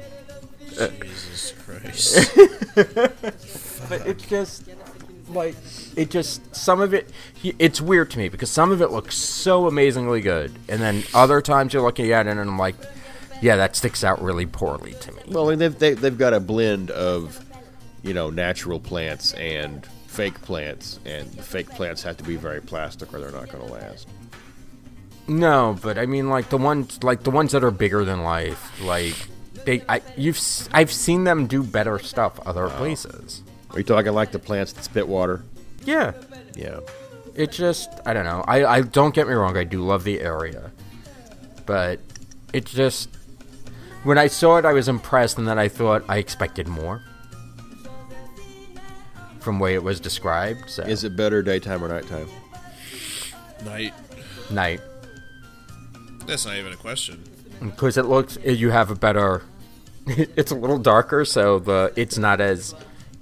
Jesus Christ.
But it's just like it just some of it. It's weird to me because some of it looks so amazingly good, and then other times you're looking at it and I'm like, yeah, that sticks out really poorly to me.
well and they've, they, they've got a blend of you know natural plants and fake plants and the fake plants have to be very plastic or they're not going to last
No, but I mean, like the ones, like the ones that are bigger than life, like they, I, you've, s- I've seen them do better stuff other places.
Are you talking like the plants that spit water?
Yeah,
Yeah.
it just, I don't know. I, I don't get me wrong. I do love the area, but it just, when I saw it, I was impressed, and then I thought I expected more from way it was described. So
Is it better daytime or nighttime?
Night.
night.
That's not even a question.
because it looks you have a better it's a little darker so the it's not as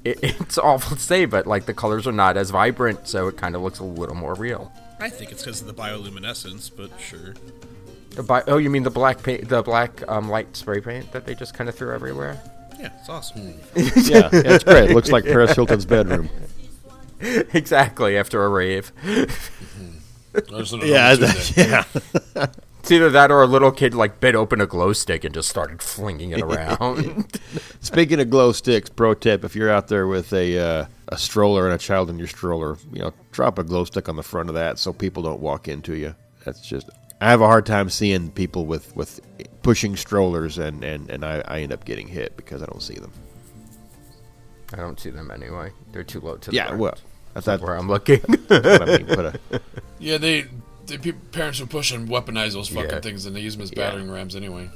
it, it's awful to say but like the colors are not as vibrant so it kind of looks a little more real
I think it's because of the bioluminescence, but sure.
the bi- oh you mean the black paint the black um, light spray paint that they just kind of threw everywhere
Yeah, it's awesome.
Yeah, yeah, it's great. It looks like Paris Hilton's bedroom.
exactly after a rave
There's another one, too, that-
yeah.
it's either that or a little kid like bit open a glow stick and just started flinging it around
Speaking of glow sticks, pro tip: if you're out there with a uh, a stroller and a child in your stroller, you know, drop a glow stick on the front of that so people don't walk into you. That's just. I have a hard time seeing people with with pushing strollers, and and and I, I end up getting hit because I don't see them.
i don't see them anyway they're too low to the
Yeah,
ground.
well, that's not
where
what
i'm looking
I mean. But uh,
yeah, they, the pe- parents who push and weaponize those fucking
Yeah.
things, and they use them as battering rams anyway.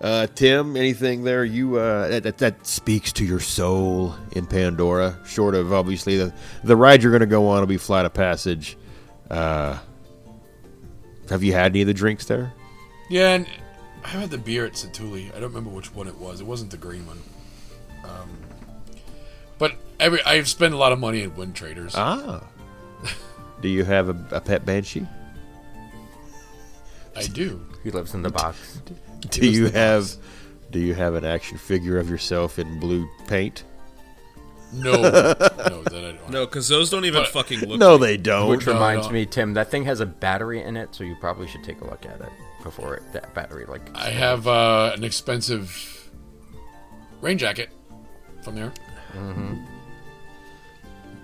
uh, Tim, anything there you uh, that, that that speaks to your soul in Pandora? Short of obviously the the ride you're going to go on will be Flight of Passage. Uh, have you had any of the drinks there?
Yeah, and I had the beer at Satuli. I don't remember which one it was. It wasn't the green one. Um, but every I've spent a lot of money at Wind Traders.
Ah. Do you have a, a pet banshee?
I do.
he lives in the box
Do you have do you have an action figure of yourself in blue paint?
No, no, that I don't.
No, because those don't even
But-
fucking look.
No, they don't.
Which
No,
reminds
no.
me, Tim, that thing has a battery in it, so you probably should take a look at it before it, that battery like.
I have uh, an expensive rain jacket from there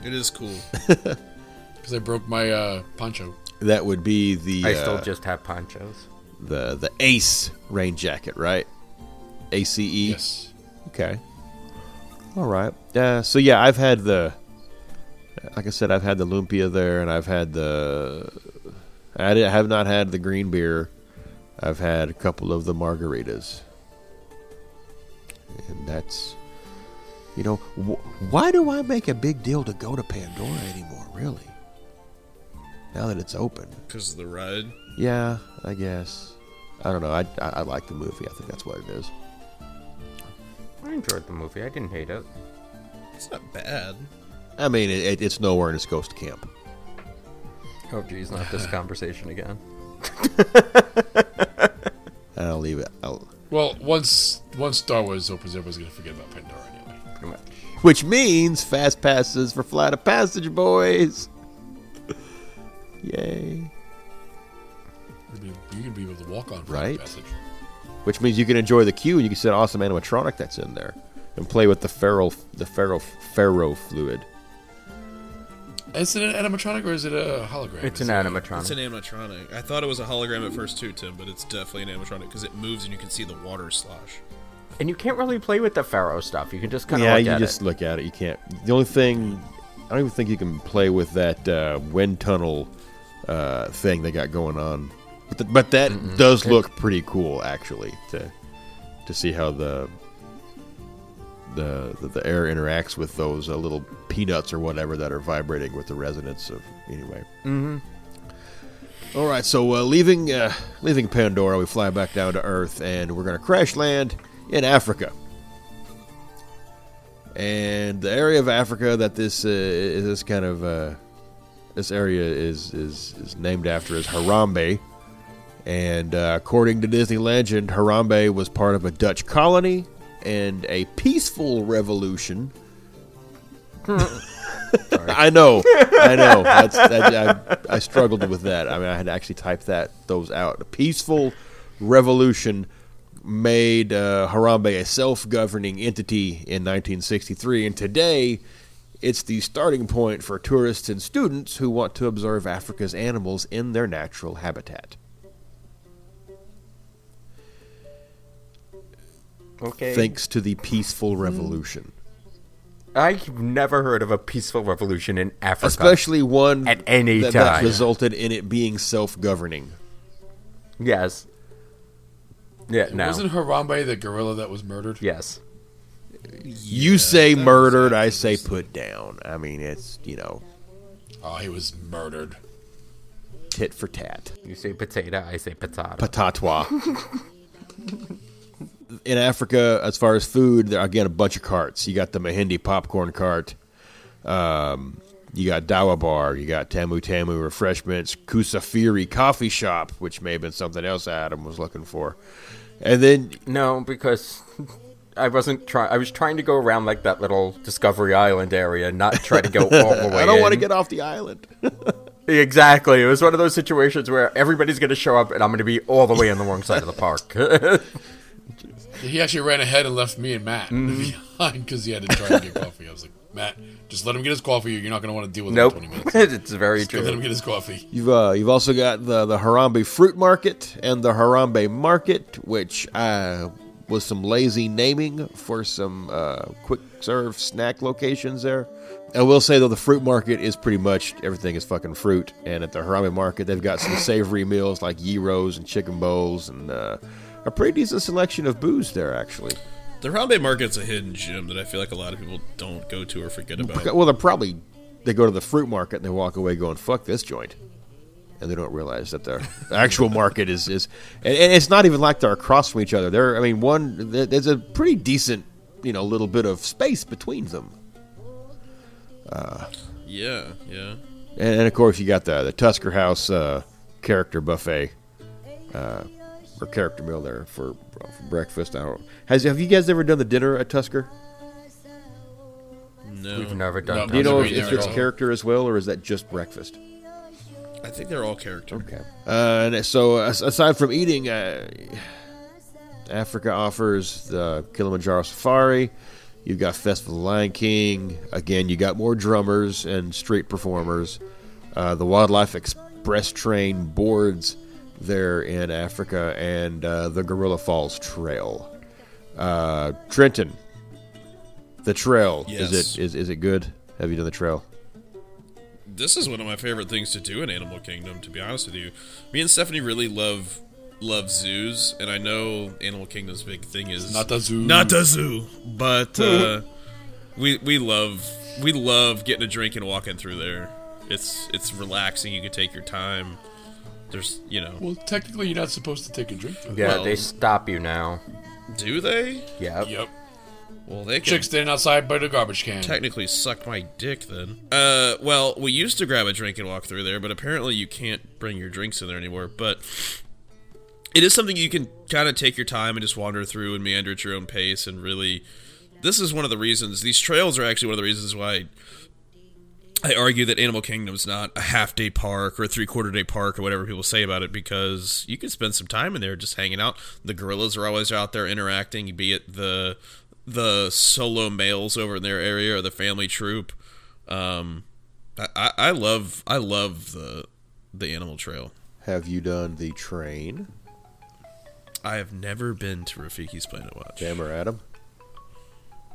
It is cool.
because I broke my uh, poncho.
That would be the
I still
uh,
just have ponchos.
the the Ace rain jacket, right? E? ACE.
Yes.
Okay. All right. Uh, so yeah, I've had the, like I said, I've had the lumpia there, and I've had the, I di- have not had the green beer. I've had a couple of the margaritas, and that's, you know, wh- why do I make a big deal to go to Pandora anymore? Really? Now that it's open.
Because of the ride.
Yeah, I guess. I don't know. I, I, I like the movie. I think that's what it is.
I enjoyed the movie. I didn't hate it.
It's not bad.
I mean, it, it, it's nowhere in its ghost camp.
Oh, geez, not this conversation again.
And I'll leave it. I'll,
Well, once once Star Wars opens, everybody's gonna forget about Pandora anyway.
Pretty much.
which means fast passes for flight of passage boys. Yay!
You'd be, you could be able to walk on for
Right.
the passage.
Which means you can enjoy the queue and you can see an awesome animatronic that's in there, and play with the feral, the feral, ferro fluid.
Is it an animatronic or is it a hologram?
It's
Is
an
it-
animatronic.
It's an animatronic. I thought it was a hologram at first too, Tim, but it's definitely an animatronic because it moves and you can see the water slosh.
and you can't really play with the pharaoh stuff. You can just kind of
yeah,
look
you
at
just
it.
look at it. You can't. The only thing, I don't even think you can play with that uh, wind tunnel uh, thing they got going on. But, the, but that does look pretty cool, actually, to to see how the the the, the air interacts with those uh, little peanuts or whatever that are vibrating with the resonance of anyway.
Mm-hmm.
All right, so uh, leaving uh, leaving Pandora, we fly back down to Earth, and we're gonna crash land in Africa. And the area of Africa that this uh, is this kind of uh, this area is, is is named after is Harambe. And uh, according to Disney legend, Harambe was part of a Dutch colony and a peaceful revolution. I know, I know. That's, that, I, I struggled with that. I mean, I had to actually type that those out. A peaceful revolution made uh, Harambe a self-governing entity in 1963, and today it's the starting point for tourists and students who want to observe Africa's animals in their natural habitat.
Okay.
thanks to the peaceful revolution.
I've never heard of a peaceful revolution in Africa.
Especially one
At any
that, that
time.
resulted in it being self governing.
Yes. Yeah, no.
Wasn't Harambe the gorilla that was murdered?
Yes.
You say murdered, I say put down. I mean, it's, you know,
Oh, he was murdered.
tit for tat.
You say potato, I say patata.
Patatwa. In Africa, as far as food, there are again a bunch of carts. You got the Mahindi popcorn cart. Um, you got Dawa Bar. You got Tamu Tamu refreshments. Kusafiri coffee shop, which may have been something else Adam was looking for. And then
no, because I wasn't trying. I was trying to go around like that little Discovery Island area, not try to go all the way.
I don't want to
in.
get off the island.
Exactly. It was one of those situations where everybody's going to show up, and I'm going to be all the way on the wrong side of the park.
He actually ran ahead and left me and Matt
Mm-hmm.
behind because he had to try to get coffee. I was like, Matt, just let him get his coffee. You're not going to want to deal with
nope.
him in 20 minutes.
it's very
Just let him
true.
get his coffee.
You've uh, you've also got the the Harambe fruit market and the Harambe market, which uh, was some lazy naming for some uh, quick serve snack locations there. I will say though, the fruit market is pretty much everything is fucking fruit, and at the Harambe market they've got some savory meals like gyros and chicken bowls and. Uh, a pretty decent selection of booze there, actually.
The Harambe Market's a hidden gem that I feel like a lot of people don't go to or forget about.
Well, they're probably they go to the fruit market and they walk away going "fuck this joint," and they don't realize that their actual market is is and, and it's not even like they're across from each other. They're I mean one th- there's a pretty decent you know little bit of space between them,
Yeah, yeah.
and, and of course you got the the Tusker House uh, character buffet. Uh, or character meal there for, for breakfast. I don't. Has have you guys ever done the dinner at Tusker?
We've never
No,
done
Do you know
I've
if,
never
if
been
it's
there.
character as well, or is that just breakfast?
I think they're all character.
Okay. Uh, and so, as- aside from eating, uh, Africa offers the Kilimanjaro Safari. You've got Festival of the Lion King. Again, you got more drummers and street performers. Uh, the Wildlife Express train boards there in Africa, and uh, the Gorilla Falls Trail. Uh, Trenton, the trail is
Yes.
it is is it good? Have you done the trail?
This is one of my favorite things to do in Animal Kingdom. To be honest with you, me and Stephanie really love love zoos, and I know Animal Kingdom's big thing is
Not the zoo.
not the zoo, but uh, we we love we love getting a drink and walking through there. It's it's relaxing. You can take your time. There's you know,
Well, technically, you're not supposed to take a drink. though.
Yeah,
Well-
they stop you now.
do they?
Yeah.
Yep.
Well, they can
Chick standing outside by the garbage can.
technically suck my dick then. Uh, well, we used to grab a drink and walk through there, but apparently you can't bring your drinks in there anymore. But it is something you can kind of take your time and just wander through and meander at your own pace and really. This is one of the reasons these trails are actually one of the reasons why I argue that Animal Kingdom's not a half day park or a three quarter day park or whatever people say about it because you can spend some time in there just hanging out. The gorillas are always out there interacting, be it the the solo males over in their area or the family troop. Um, I, I, I love I love the the animal trail.
Have you done the train,
I have never been to Rafiki's Planet Watch.
Jam or Adam?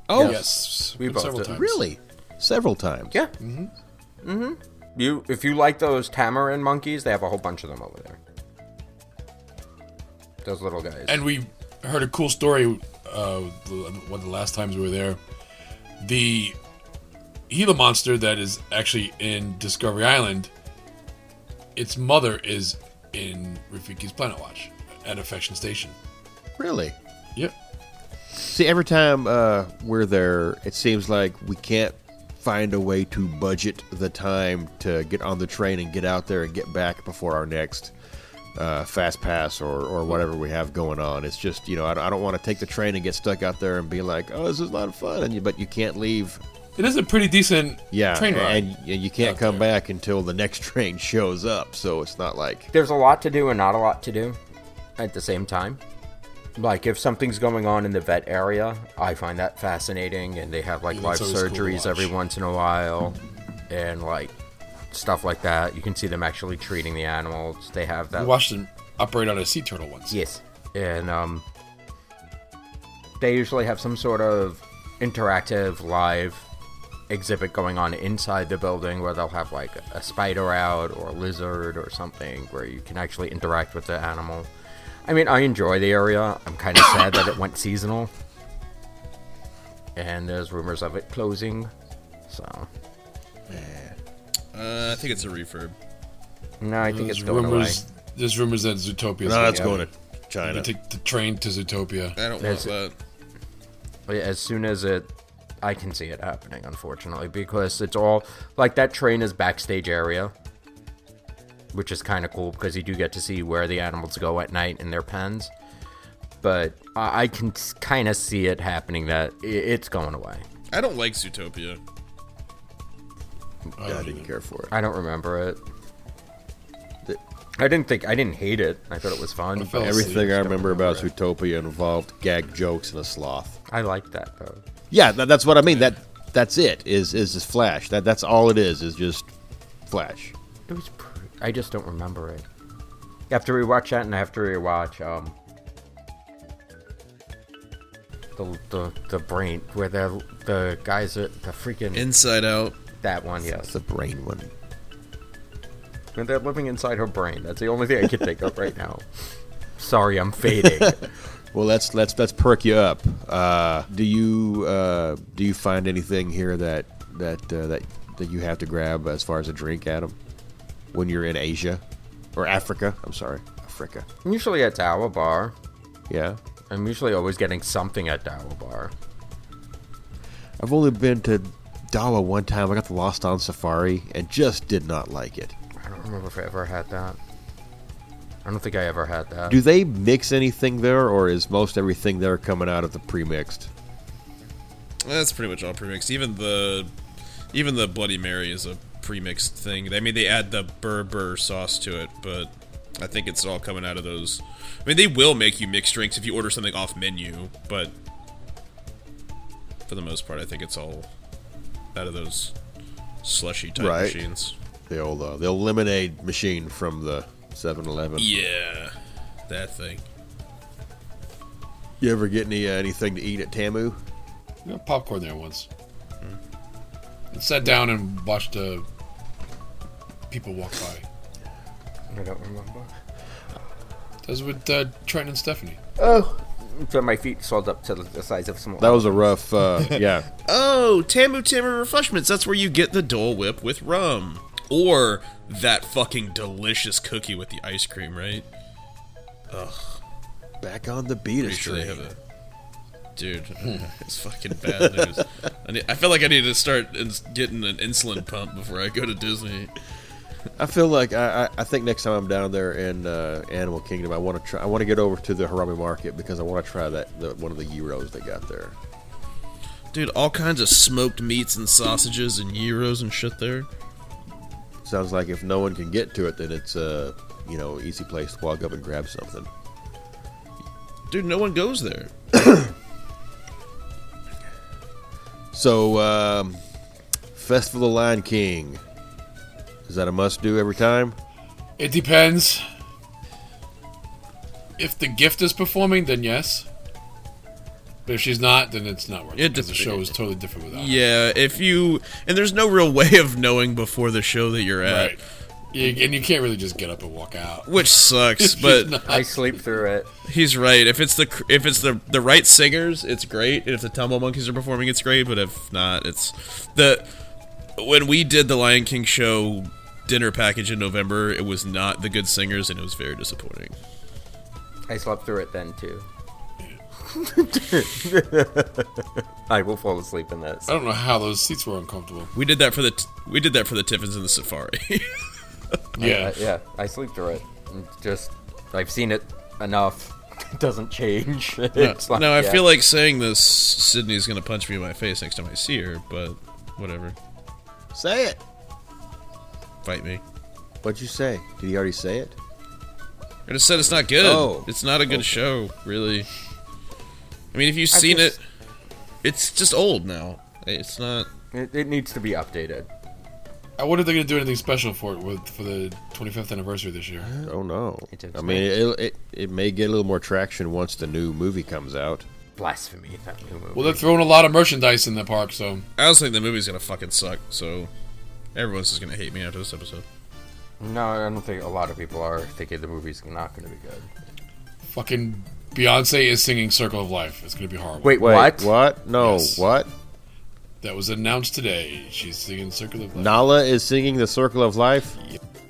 Oh, yes.
We
Been
both
several
did.
times.
Really? Several times.
Yeah. Mm-hmm. Mm-hmm. You, if you like those tamarin monkeys, they have a whole bunch of them over there. Those little guys.
And we heard a cool story uh, the- one of the last times we were there. The Gila monster that is actually in Discovery Island, its mother is in Rafiki's Planet Watch at Affection Station.
Really?
Yep.
See, every time uh, we're there, it seems like we can't find a way to budget the time to get on the train and get out there and get back before our next uh, fast pass or, or whatever we have going on. It's just, you know, I, don't- I don't want to take the train and get stuck out there and be like, oh, this is a lot of fun, and you, but you can't leave.
It is a pretty decent
Yeah,
train ride.
and, and you can't come back until the next train shows up, so it's not like
there's a lot to do and not a lot to do at the same time. Like if something's going on in the vet area, I find that fascinating, and they have like
Yeah,
live
that's always cool to
surgeries
watch.
every once in a while, and like stuff like that. You can see them actually treating the animals. They have that.
we watched them operate on a sea turtle once.
Yes, and um, they usually have some sort of interactive live exhibit going on inside the building where they'll have like a spider out or a lizard or something where you can actually interact with the animal. I mean, I enjoy the area. I'm kind of sad that it went seasonal. And there's rumors of it closing. So,
Uh, I think it's a refurb.
no, I think
There's
it's going away.
rumors. There's rumors that Zootopia.
No, that's going to China.
to take the train to Zootopia.
I don't want
There's-
that.
Yeah, as soon as it i can see it happening unfortunately because it's all like that train is backstage area which is kind of cool because you do get to see where the animals go at night in their pens but i, I can kind of see it happening that i it's going away
I don't like Zootopia.
Oh,
I didn't care for it.
i don't remember it i didn't think i didn't hate it i thought it was fun
fell asleep.
Everything I remember about Zootopia involved gag jokes and a sloth.
i like that though
Yeah, tha- that's what I mean. That that's it. Is is just Flash? That that's all it is. Is just Flash.
It was. Pr- I just don't remember it. You have to rewatch that, and I have to rewatch um. The, the, the brain where the the guys are the freaking
Inside Out.
that one yes
the brain one.
and they're living inside her brain that's the only thing I can think of right now. Sorry, I'm fading.
Well, let's let's let's perk you up. Uh, do you uh, do you find anything here that that uh, that that you have to grab as far as a drink, Adam, when you're in Asia or Africa? I'm sorry, Africa.
usually at Tower Bar,
Yeah,
I'm usually always getting something at Tower Bar.
I've only been to Dawa one time. I got the Lost on Safari and just did not like it.
I don't remember if I ever had that. I don't think I ever had that.
Do they mix anything there, or is most everything there coming out of the premixed?
That's pretty much all premixed. Even the even the Bloody Mary is a premixed thing. I mean, they add the Berber sauce to it, but I think it's all coming out of those. I mean, they will make you mixed drinks if you order something off menu, but for the most part, I think it's all out of those slushy type
Right.
machines.
The old uh, the old lemonade machine from the 7-Eleven.
Yeah, that thing.
You ever get any uh, anything to eat at Tamu?
You know, popcorn there once.
Hmm.
And sat down and watched uh, people walk by.
I don't remember.
That's with uh, Trent and Stephanie.
So my feet swelled up to the size of small.
That was a rough. Uh, yeah,
Oh, Tamu Tamu Refreshments. That's where you get the Dole Whip with rum. Or that fucking delicious cookie with the ice cream, right?
back on the beat.
Pretty sure they have a. Dude, it's fucking bad news. I, need, I feel like I need to start ins- getting an insulin pump before I go to Disney.
I feel like I, I, I think next time I'm down there in uh, Animal Kingdom, I want to try. I want to get over to the Harami Market because I want to try that the, one of the gyros they got there.
Dude, all kinds of smoked meats and sausages and gyros and shit there.
Sounds like if no one can get to it, then it's a you know easy place to walk up and grab something.
Dude, no one goes there.
So, um, Festival of the Lion King is that a must do every time?
It depends. If the gift is performing, then yes. But if she's not, then it's not worth it.
It
Because the
dep-
show is totally different without. her.
Yeah, if you. And there's no real way of knowing before the show that you're at.
Right. You, and you can't really just get up and walk out.
Which sucks, but.
I sleep through it.
He's right. If it's the cr- if it's the the right singers, it's great. And if the Tumble Monkeys are performing, it's great. But if not, it's the when we did the Lion King show dinner package in November, it was not the good singers, and it was very disappointing.
I slept through it then too. I will fall asleep in this.
I don't know how those seats were uncomfortable.
We did that for the t- we did that for the Tiffins and the Safari.
Yeah.
Uh, yeah, I sleep through it. It's Just I've seen it enough. It doesn't change. It's
no, I
yeah.
feel like saying this. Sydney's gonna punch me in my face next time I see her, but whatever.
Say it.
Fight me.
What'd you say? Did he already say it?
I just said it's not good.
Oh.
It's not a good show, really. I mean, if you've seen
just-
it, it's just old now. It's not.
it, it needs to be updated.
I wonder if they're going to do anything special for it with, for the 25th anniversary this year.
Oh no!
It did
I mean, it, it it may get a little more traction once the new movie comes out.
blasphemy that new movie.
Well, they're throwing a lot of merchandise in the park, so
I also think the movie's gonna fucking suck. So everyone's just gonna hate me after this episode.
no, I don't think a lot of people are thinking the movie's not going to be good.
fucking Beyonce is singing "Circle of Life." It's gonna be horrible.
Wait,
Wait,
what?
what? No,
Yes.
what?
That was announced today. She's singing "Circle of Life."
Nala is singing the Circle of Life.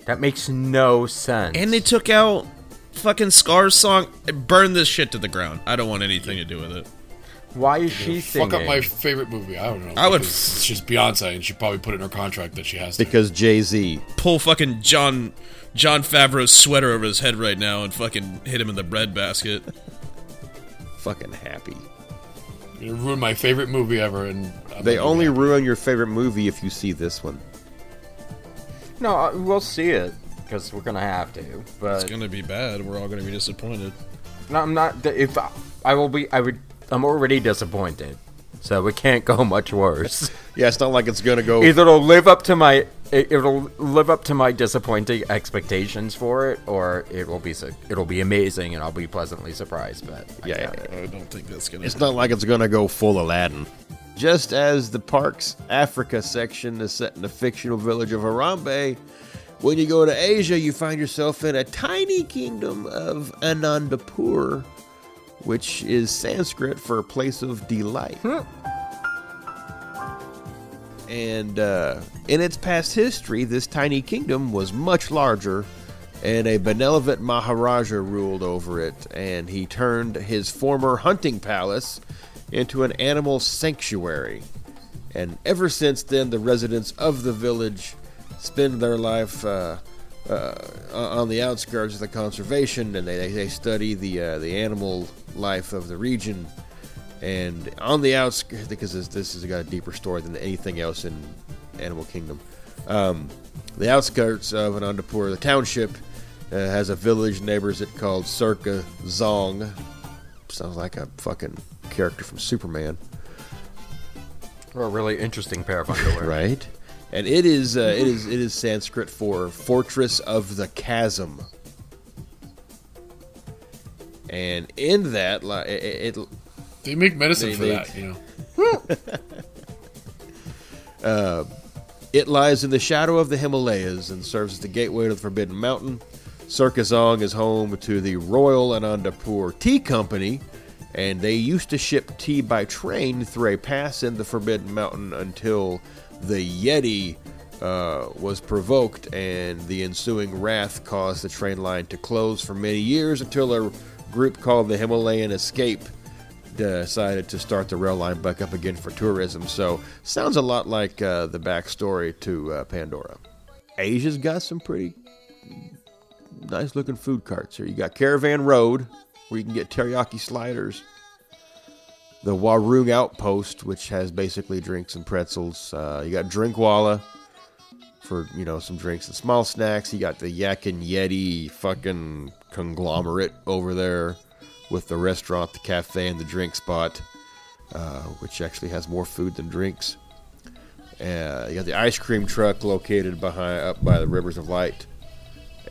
That makes no sense.
And they took out fucking Scar's song. Burn this shit to the ground. I don't want anything to do with it.
Why is she singing?
Fuck up my favorite movie. I don't know.
I would-
because It's just Beyonce, and she probably put it in her contract that she has to.
Because Jay Z.
Pull fucking John John Favreau's sweater over his head right now and fucking hit him in the bread basket.
Fucking happy.
It ruined my favorite movie ever, and I'm
They
not
only
even-
ruin your favorite movie if you see this one.
No, I- we'll see it because we're going to have to.
It's
But
gonna be bad. We're all gonna be disappointed.
no, I'm not. If I, I will be, I would. I'm already disappointed. So it can't go much worse.
Yeah, it's not like it's gonna go.
Either it'll live up to my it, it'll live up to my disappointing expectations for it, or it will be su- it'll be amazing and I'll be pleasantly surprised. But I
Yeah,
doubt it.
I don't think that's gonna.
It's not like it's gonna go full Aladdin. Just as the park's Africa section is set in the fictional village of Harambe, when you go to Asia, you find yourself in a tiny kingdom of Anandapur, which is Sanskrit for place of delight. And uh, in its past history, this tiny kingdom was much larger, and a benevolent Maharaja ruled over it, and he turned his former hunting palace into an animal sanctuary. And ever since then, the residents of the village spend their life uh, uh, on the outskirts of the conservation, and they, they study the uh, the animal life of the region and on the outskirts because this, this has got a deeper story than anything else in animal kingdom um, the outskirts of anandapur the township uh, has a village neighbors it called circa zong sounds like a fucking character from superman
Or a really interesting pair of underwear.
right and it is uh, it is it is sanskrit for fortress of the chasm and in that li- it, it
They make medicine
They
for
make-
that, you know.
It lies in the shadow of the Himalayas and serves as the gateway to the Forbidden Mountain. Circazong is home to the Royal Anandapur Tea Company, and they used to ship tea by train through a pass in the Forbidden Mountain until the Yeti uh, was provoked, and the ensuing wrath caused the train line to close for many years until a group called the Himalayan Escape decided to start the rail line back up again for tourism. So sounds a lot like uh, the backstory to uh, Pandora. Asia's got some pretty nice looking food carts here. You got Caravan Road, where you can get teriyaki sliders. The Warung Outpost, which has basically drinks and pretzels. Uh, you got Drinkwalla for you know some drinks and small snacks. You got the Yak and Yeti fucking conglomerate over there with the restaurant, the cafe, and the drink spot, uh, which actually has more food than drinks. Uh, you got the ice cream truck located behind up by the Rivers of Light,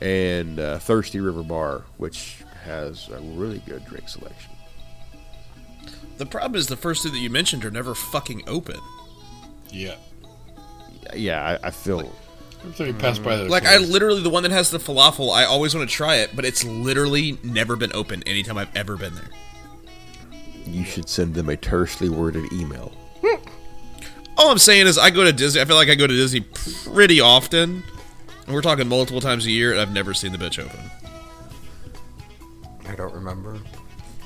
and uh, Thirsty River Bar, which has a really good drink selection.
The problem is the first two that you mentioned are never fucking open.
Yeah.
Yeah, I, I feel
Every time you pass by that,
Like I literally the one that has the falafel, I always want to try it, but it's literally never been open anytime I've ever been there.
you should send them a tersely worded email.
All I'm saying is I go to Disney. I feel like I go to Disney pretty often. And we're talking multiple times a year, and I've never seen the bitch open.
I don't remember.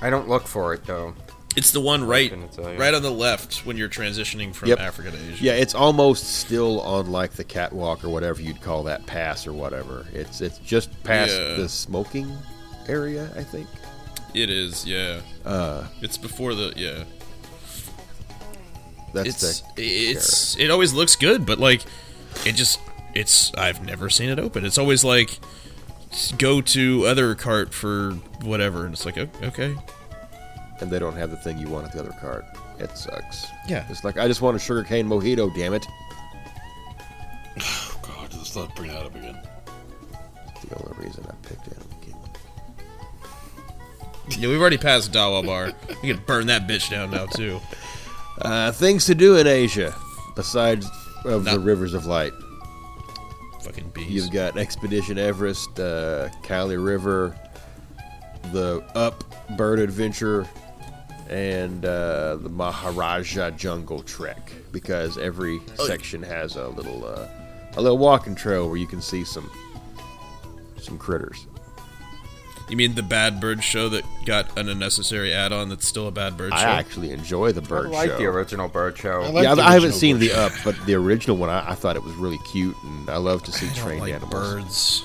I don't look for it though.
It's the one right,
Couldn't tell you.
right on the left when you're transitioning from
Yep.
Africa to Asia.
Yeah, it's almost still on like the catwalk or whatever you'd call that pass or whatever. It's it's just past
Yeah.
the smoking area, I think.
It is. Yeah. Uh, it's before the. Yeah.
That's
It's.
the
It's. It always looks good, but like, it just. It's. I've never seen it open. It's always like, go to other cart for whatever, and it's like, o- okay,
and they don't have the thing you want at the other card. It sucks.
Yeah.
It's like I just want a sugarcane mojito, damn it.
oh god, let's not bring that up again.
The only reason I picked Animal Kingdom.
Yeah, we've already passed Dawa Bar. We can burn that bitch down now too.
Uh, things to do in Asia, besides of the
No.
rivers of light.
Fucking
You've
beast.
got Expedition Everest, uh, Cali River, the Up Bird Adventure, and uh, the Maharaja Jungle Trek. Because every section has a little uh, a little walking trail where you can see some some critters.
You mean the Bad Bird Show that got an unnecessary add-on that's still a Bad Bird
I
Show?
actually enjoy the bird
I like
show.
the original bird show.
I like-
yeah,
the
I haven't
original
seen
bird
the
show.
Up, but the original one I, I thought it was really cute, and I love to see
I don't
trained
like
animals.
birds.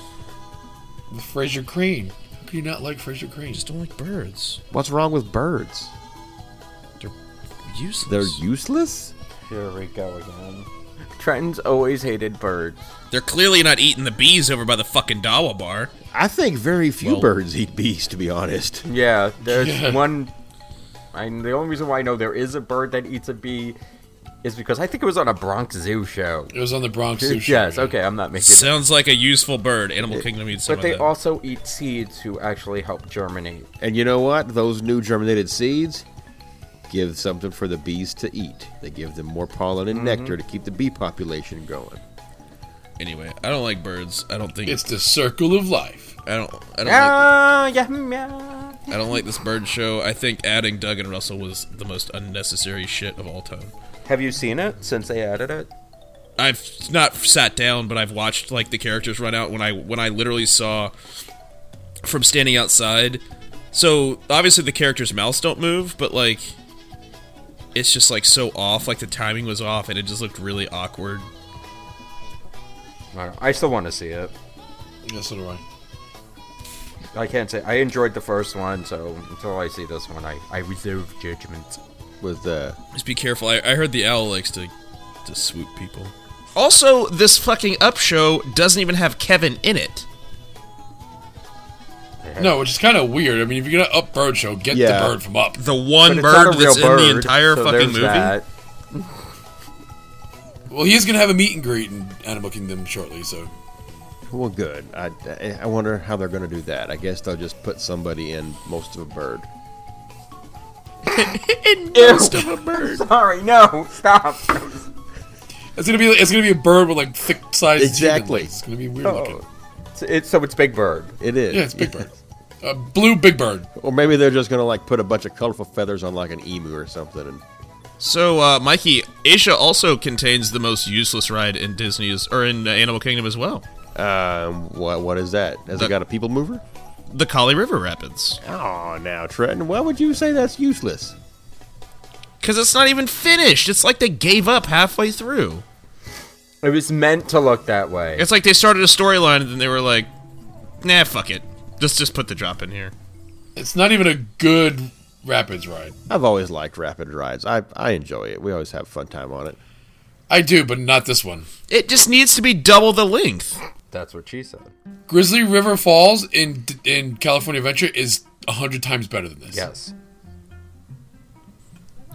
With Fraser Crane. How can you not like Fraser Crane?
I just don't like birds.
What's wrong with birds?
Useless.
They're useless.
Here we go again. Trenton's always hated birds.
They're clearly not eating the bees over by the fucking Dawa Bar.
I think very few
Well-
birds eat bees, to be honest.
Yeah, there's
Yeah.
one. And the only reason why I know there is a bird that eats a bee is because I think it was on a Bronx Zoo show.
It was on the Bronx Zoo Show.
yes, okay, I'm not making it.
Sounds like a useful bird. Animal Kingdom eats some
But they
of them.
also eat seeds who actually help germinate.
And you know what? Those new germinated seeds give something for the bees to eat. They give them more pollen and nectar to keep the bee population going.
Anyway, I don't like birds. I don't think
It's the circle of life.
I don't. I don't. Like,
Ah, yeah, yeah.
I don't like this bird show. I think adding Doug and Russell was the most unnecessary shit of all time.
Have you seen it since they added it?
I've not sat down, but I've watched like the characters run out when I when I literally saw from standing outside. So obviously the characters' mouths don't move, but like it's just like so off. Like the timing was off, and it just looked really awkward.
I, don't know. I still want to see it.
Yeah, so do I.
I can't say I enjoyed the first one, so until I see this one, I, I reserve judgment.
With uh,
Just be careful. I, I heard the owl likes to to swoop people. Also, this fucking up show doesn't even have Kevin in it.
No, which is kind of weird. I mean, if you're gonna up bird show, get
Yeah.
the bird from up.
The
But
one
it's not
bird
a real
that's in the
bird,
entire
so
fucking
there's
movie.
that.
Well, he's gonna have a meet and greet in Animal Kingdom shortly, so
well, good. I, I- I wonder how they're going to do that. I guess they'll just put somebody in most of a bird.
Sorry, no, stop.
it's gonna be it's gonna be a bird with like thick sized
Exactly.
It's gonna be weird looking.
Oh. It's, it's- so it's Big Bird.
It is.
Yeah, it's big bird.
Oh.
A blue big bird.
Or maybe they're just going to like put a bunch of colorful feathers on like an emu or something. And
So, uh, Mikey, Asia also contains the most useless ride in Disney's or in uh, Animal Kingdom as well,
um, what what is that? Has
The-
it got a people mover?
the Kali River Rapids,
Oh, now Trenton, why would you say that's useless?
because it's not even finished. It's like they gave up halfway through.
It was meant to look that way.
It's like they started a storyline and then they were like, "Nah, fuck it, just just put the drop in here."
It's not even a good rapids ride.
I've always liked rapid rides. I, I enjoy it. We always have fun time on it.
I do, but not this one.
It just needs to be double the length.
That's what she said.
Grizzly River Falls in in California Adventure is a hundred times better than this.
Yes.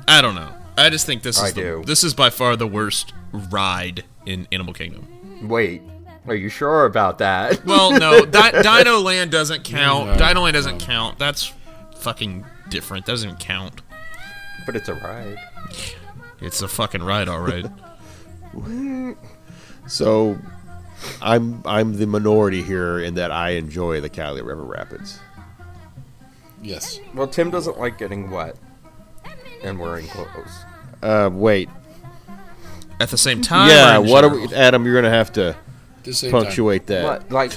I don't know. I just think this is
I
the-
do.
this is by far the worst ride in Animal Kingdom.
Wait, are you sure about that?
Well, no, Di- Dino Land doesn't count.
No,
Dino Land doesn't count. That's fucking different. That doesn't count.
but it's a ride.
It's a fucking ride, all right.
So I'm I'm the minority here in that I enjoy the Cali River Rapids.
Yes.
Well, Tim doesn't like getting wet and wearing clothes.
Uh, wait.
At the same time,
yeah,
or in
what are
general?
we, Adam? You're gonna have to
Just same
punctuate that.
But like,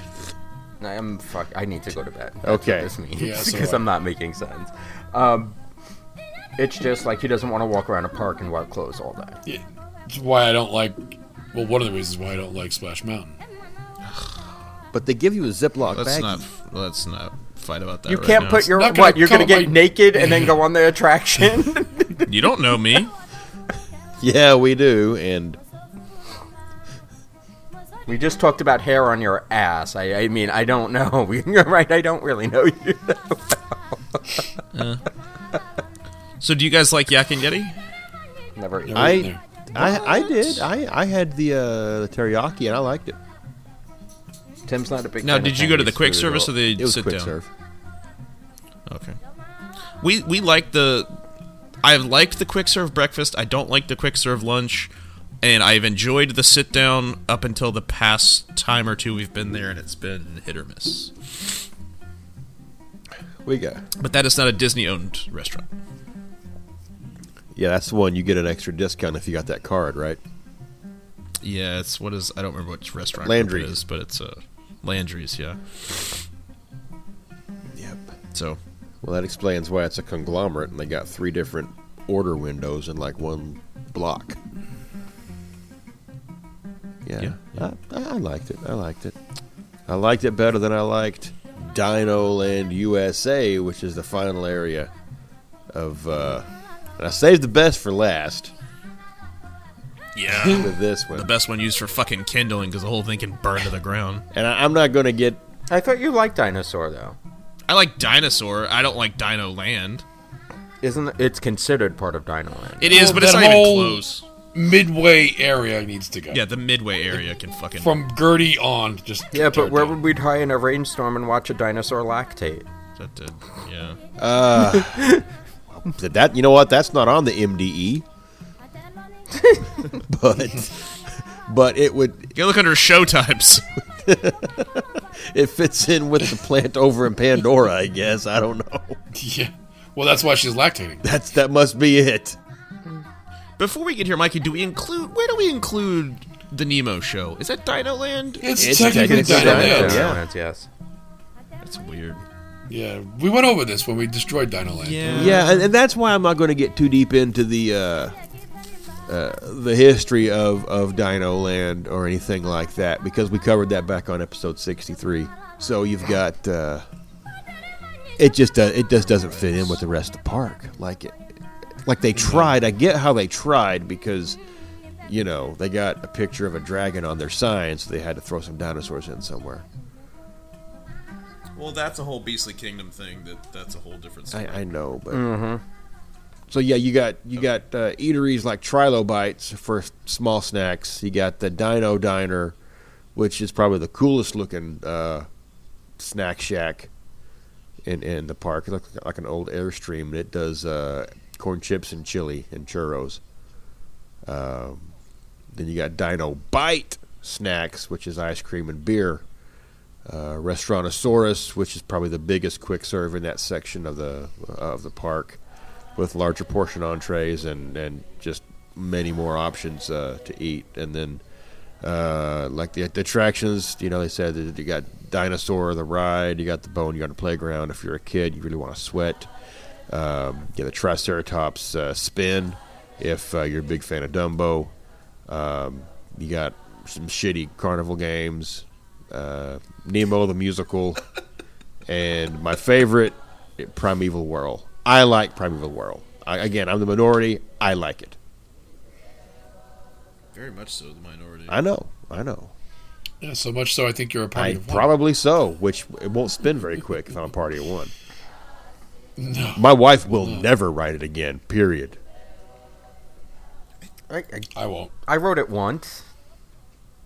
I'm fuck. I need to go to bed. That's
Okay.
what this means
Yeah, so
because
do I.
I'm not making sense. Um, it's just like he doesn't want to walk around a park in wet clothes all day.
Time. Yeah. It's why I don't like. Well, one of the reasons why I don't like Splash Mountain.
But they give you a Ziploc
Let's
baggie.
not let's not fight about that.
You
right
can't
now.
put your
not gonna
what? You're gonna
come
get
like-
naked and then go on the attraction.
You don't know me.
Yeah, we do. And
we just talked about hair on your ass. I, I mean, I don't know. You're right. I don't really know you.
So, do you guys like Yak and Yeti?
Never.
Yeah, we're in
I,
there.
I, I did. I, I had the uh, the teriyaki and I liked it.
Tim's not a big.
Now,
fan of
did you go to the
Chinese
quick
food
service
or-
or the
It was
sit
quick
down?
serve.
Okay. we we like the I liked the quick serve breakfast. I don't like the quick serve lunch, and I've enjoyed the sit down up until the past time or two we've been there, and it's been hit or miss.
We got.
But that is not a Disney owned restaurant.
Yeah, that's the one you get an extra discount if you got that card, right?
Yeah, it's what is I don't remember which restaurant
Landry's.
it is, but it's uh, Landry's. Yeah,
Yep.
so
Well, that explains why it's a conglomerate and they got three different order windows in like one block. Yeah.
Yeah,
I, I liked it. I liked it. I liked it better than I liked Dino Land USA, which is the final area of. Uh, and I saved the best for last
yeah,
with this one.
the best one used for fucking kindling because the whole thing can burn to the ground.
And I, I'm not going to get.
I thought you liked dinosaur though.
I like dinosaur. I don't like Dino Land.
Isn't it's considered part of Dinoland?
It is,
Well,
but it's
Oh, that
not even
whole-
close.
Midway area needs to go.
Yeah, the midway area can fucking.
From Gertie on, just
Yeah,
tear
but
it
where
down.
would we die in a rainstorm and watch a dinosaur lactate?
that did, yeah.
That, that you know what? That's not on the MDE. but but it would
Go look under show times.
it fits in with the plant over in Pandora, I guess. I don't know.
Yeah. Well, that's why she's lactating.
That's that must be it.
Before we get here, Mikey, do we include? Where do we include the Nemo show? Is that Dino Land?
It's,
technically
technically Dino
Dino Land.
Land.
Dinoland, yes.
That's weird.
Yeah, we went over this when we destroyed Dino Land.
Yeah.
Yeah, and, and that's why I'm not going to get too deep into the uh, uh, the history of of Dino Land or anything like that because we covered that back on episode 63. So you've got uh, it just uh, it just doesn't fit in with the rest of the park. Like it, like they tried. I get how they tried because you know they got a picture of a dragon on their sign, so they had to throw some dinosaurs in somewhere.
Well, that's a whole Beastly Kingdom thing. That that's a whole different. Story.
I, I know, but so yeah, you got you got uh, eateries like Trilobites for small snacks. You got the Dino Diner, which is probably the coolest looking uh, snack shack in in the park. It looks like an old airstream, and it does uh, corn chips and chili and churros. Um, then you got Dino Bite snacks, which is ice cream and beer. Uh, Restaurantosaurus, which is probably the biggest quick serve in that section of the uh, of the park, with larger portion entrees and and just many more options uh, to eat. And then uh, like the, the attractions, you know, they said that you got dinosaur, the ride, you got the bone, you got the playground. If you're a kid, you really want to sweat. Um, you got the Triceratops uh, spin. If uh, you're a big fan of Dumbo, um, you got some shitty carnival games, uh, Nemo the musical, and my favorite, Primeval Whirl. I like Primeval Whirl. I, again, I'm the minority. I like it.
Very much so, the minority.
I know. I know.
Yeah, so much so I think you're a party
I
of one.
probably so, which it won't spin very quick if I'm a party of one.
No.
My wife will never write it again. Period.
I, I,
I won't.
I wrote it once.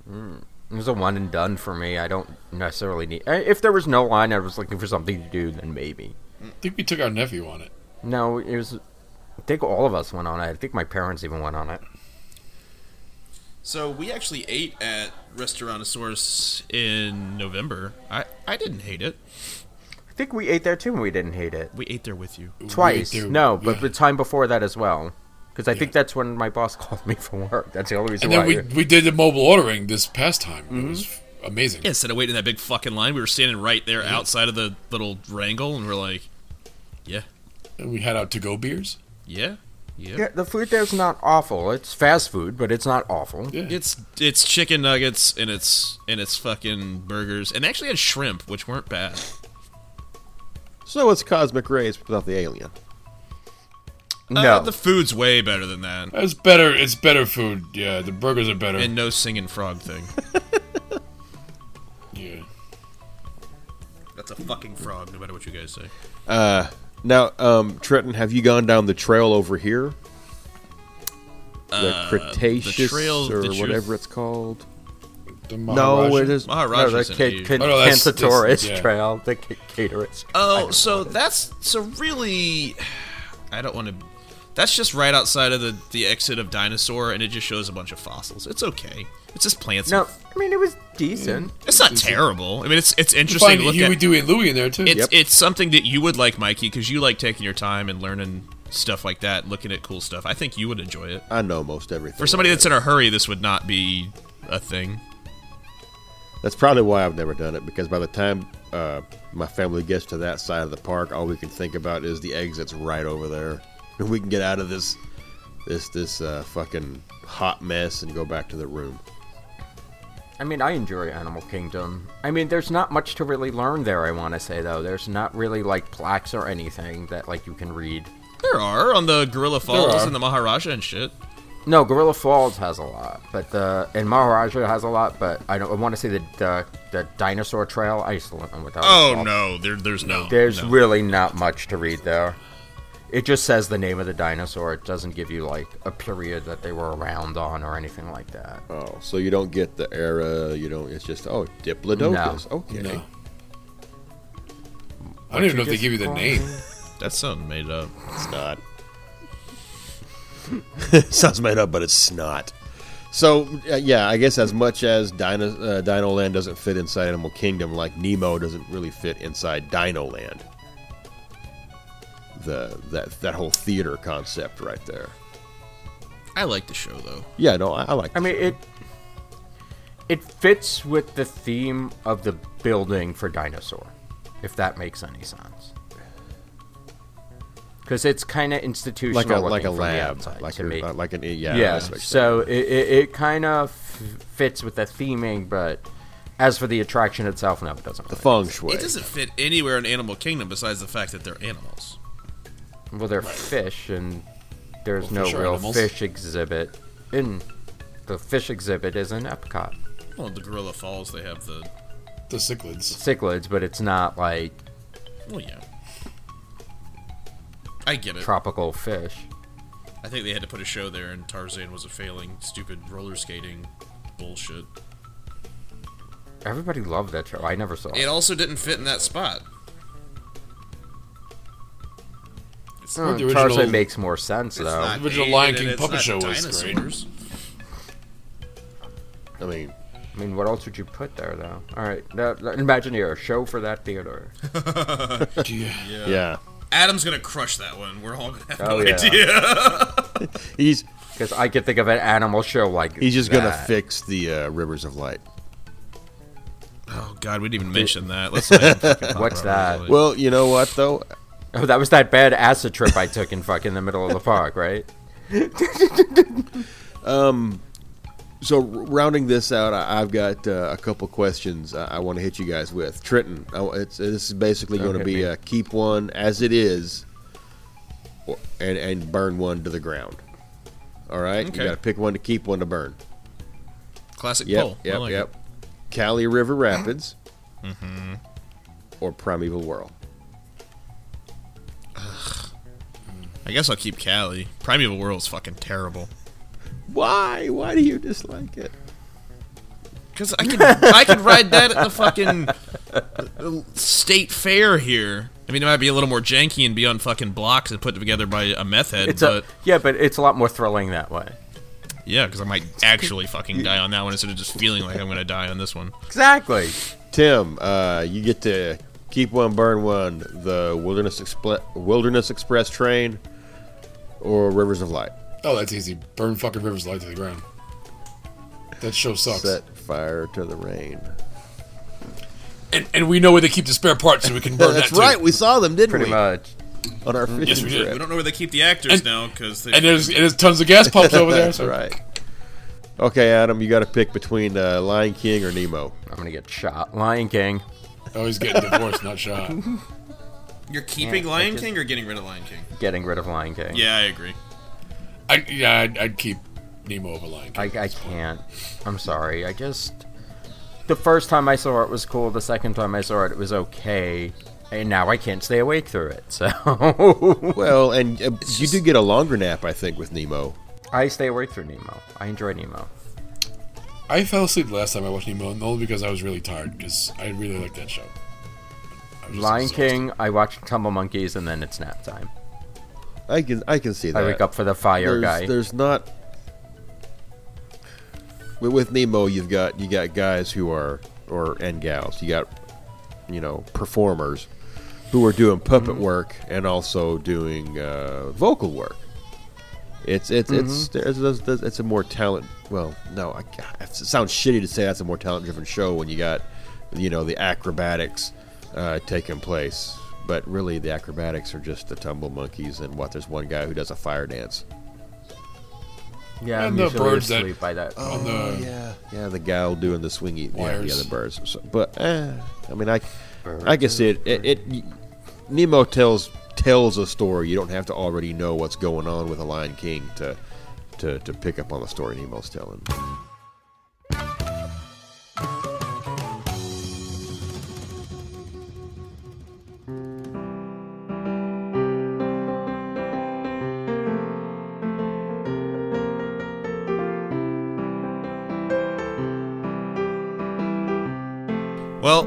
Mm, it was a one and done for me. I don't necessarily need. I- If there was no line, I was looking for something to do. Then maybe.
I think we took our nephew on it.
No, it was. I think all of us went on it. I think my parents even went on it.
So we actually ate at Restaurantosaurus.
In November, I I didn't hate it.
I think we ate there too, and we didn't hate it
We ate there with you.
twice.
do,
No, but
yeah.
the time before that as well. Because I think that's when my boss called me from work. That's the only reason
And then
why.
we,
I-
we did the mobile ordering this past time.
Mm-hmm.
It was f- amazing.
Yeah, instead of waiting in that big fucking line, we were standing right there outside of the little wrangle, and we're like, yeah,
And we had our to go beers.
yeah, yeah.
Yeah, the food there's not awful. It's fast food, but it's not awful.
Yeah.
It's it's chicken nuggets and it's and it's fucking burgers and they actually had shrimp, which weren't bad.
So it's Cosmic Rays without the alien.
No,
Uh, the food's way better than that.
It's better. It's better food. Yeah, the burgers are better.
And no singing frog thing.
yeah.
That's a fucking frog, no matter what you guys say.
Now, um, Trenton, have you gone down the trail over here? The Cretaceous
trail
or
Uh, that you're-
whatever it's called.
The The
No,
Maharaja.
it is.
Maharaja's
no, the
in
K-
it.
K-
Oh, no, that's-
Cantor
that's-
Torres
yeah.
Trail. The K- Caterous.
Oh, so that's so really. I don't want to. That's just right outside of the the exit of dinosaur, and it just shows a bunch of fossils. It's okay. It's just plants. and
No, I mean, it was decent.
Mm.
It's not terrible. I mean, it's it's
You
interesting
find
to look
Huey,
at.
Dewey, and Louie in there too.
It's it's something that you would like, Mikey, because you like taking your time and learning stuff like that, looking at cool stuff. I think you would enjoy it.
I know most everything.
For somebody that's in a hurry, this would not be a thing.
That's probably why I've never done it because by the time uh, my family gets to that side of the park, all we can think about is the exits right over there, and we can get out of this this this uh, fucking hot mess and go back to the room.
I mean, I enjoy Animal Kingdom. I mean, there's not much to really learn there. I want to say though, there's not really like plaques or anything that like you can read.
There are on the Gorilla Falls
are.
and the Maharaja and shit.
No, Gorilla Falls has a lot, but the and Maharaja has a lot, but I don't. I want to say the the, the dinosaur trail. I used to live on without.
Oh no, there there's no.
There's
no.
really not much to read there. It just says the name of the dinosaur. It doesn't give you like a period that they were around on or anything like that.
Oh, so you don't get the era. You don't. It's just oh, Diplodocus. Okay.
No. I don't even know if they give you the name.
that's something made up.
It's not. Sounds made up, but it's not. So uh, yeah, I guess as much as Dino, uh, Dino Land doesn't fit inside Animal Kingdom, like Nemo doesn't really fit inside Dino Land. The that that whole theater concept right there.
I like the show though.
Yeah, no, I, I like.
I mean, it it fits with the theme of the building for dinosaur, if that makes any sense. Because it's kind of institutional,
like a like a
looking from the
lab,
outside
like
to
a, uh,
me.
like an yeah.
yeah.
that's what-
So it, it, it kind of f- fits with the theming, but as for the attraction itself, no, it doesn't.
the
really.
feng shui.
It doesn't fit anywhere in Animal Kingdom besides the fact that they're animals.
Well, they're fish, and there's
Well,
no
fish are
real
animals.
fish exhibit. In the fish exhibit is in Epcot.
Well, the Gorilla Falls they have the
The cichlids.
Cichlids, but it's not like
well yeah. I get it.
tropical fish.
I think they had to put a show there, and Tarzan was a failing, stupid roller skating bullshit.
Everybody loved that show. I never saw
It
it.
also didn't fit in that spot. It's
Oh,
The original-
Tarzan makes more sense
it's
though.
not
The original
dated,
Lion
and
King
it's
puppet
not
show was great.
dinosaurs.
I mean,
I mean, what else would you put there though? All right, now, now, Imagineer show for that theater.
Do you-
yeah.
Adam's gonna crush that one. We're all gonna have
Oh,
no
yeah.
idea.
He's
Because I could think of an animal show like
he's just gonna
that.
fix the uh, rivers of light.
Oh god, we didn't even mention that. Let's not even fucking talk
What's
about it.
Well, you know what though,
Oh, that was that bad acid trip I took in fucking the middle of the park, right?
So r- rounding this out, I- I've got uh, a couple questions uh, I, I want to hit you guys with. Trenton, I, it's, this is basically going to
hit
be
me.
a keep one as it is, or- and and burn one to the ground. All right,
Okay.
you got to pick one to keep, one to burn.
Classic
Yep,
poll. I
yep,
like it. Mm-hmm.
yep. Cali River Rapids, or Primeval Whirl.
I guess I'll keep Cali. Primeval World's fucking terrible.
Why? Why do you dislike it?
Because I can I can ride that at the fucking uh, state fair here. I mean, it might be a little more janky and be on fucking blocks and put together by a meth head,
It's
but
a, yeah, but it's a lot more thrilling that way.
yeah, because I might actually fucking die on that one instead of just feeling like I'm gonna die on this one.
Exactly.
Tim, uh, you get to keep one, burn one. The Wilderness Exple- Wilderness Express train, or Rivers of Light.
Oh, that's easy. Burn fucking Rivers Light to the ground. That show sucks.
Set fire to the rain.
And, and we know where they keep the spare parts, so we can burn
That's
that too.
right. We saw them, didn't
Pretty
we?
much.
On our fishing
Yes, we did.
trip.
We don't know where they keep the actors
And-
now because
And there's and there's tons of gas pumps over there.
That's
so-
right. Okay, Adam, you got to pick between uh, Lion King or Nemo.
I'm gonna get shot. Lion King.
Oh, he's getting divorced, not shot.
you're keeping
Yeah, I
Lion
just-
King or getting rid of Lion King.
Getting rid of Lion King.
Yeah, I agree.
I, yeah, I'd, I'd keep Nemo over Lion King.
I, I can't. I'm sorry. I just. The first time I saw it was cool. The second time I saw it, it was okay. And now I can't stay awake through it. So
Well, and uh, you do get a longer nap, I think, with Nemo.
I stay awake through Nemo. I enjoy Nemo.
I fell asleep last time I watched Nemo, and only because I was really tired, because I really like that show. I was just
Lion
exhausted.
King, I watched Tumble Monkeys, and then it's nap time.
I can I can see that.
I wake up for the fire
there's,
guy.
There's not. With, with Nemo, you've got you got guys who are or and gals. You got you know performers who are doing puppet
Mm-hmm.
work and also doing uh, vocal work. It's it's
Mm-hmm.
it's there's, there's, there's, it's a more talent. Well, no, I, ca- it sounds shitty to say that's a more talent driven show when you got you know the acrobatics uh, taking place. But really, the acrobatics are just the tumble monkeys and what? There's one guy who does a fire dance.
Yeah, I'm
And the
usually
birds that-
asleep by that.
On the
Yeah, yeah, the gal doing the swingy, yeah, the
Wires.
other birds. So, but eh, I mean, I, I can see it. It, it y- Nemo tells tells a story. You don't have to already know what's going on with the Lion King to to, to pick up on the story Nemo's telling.
Well,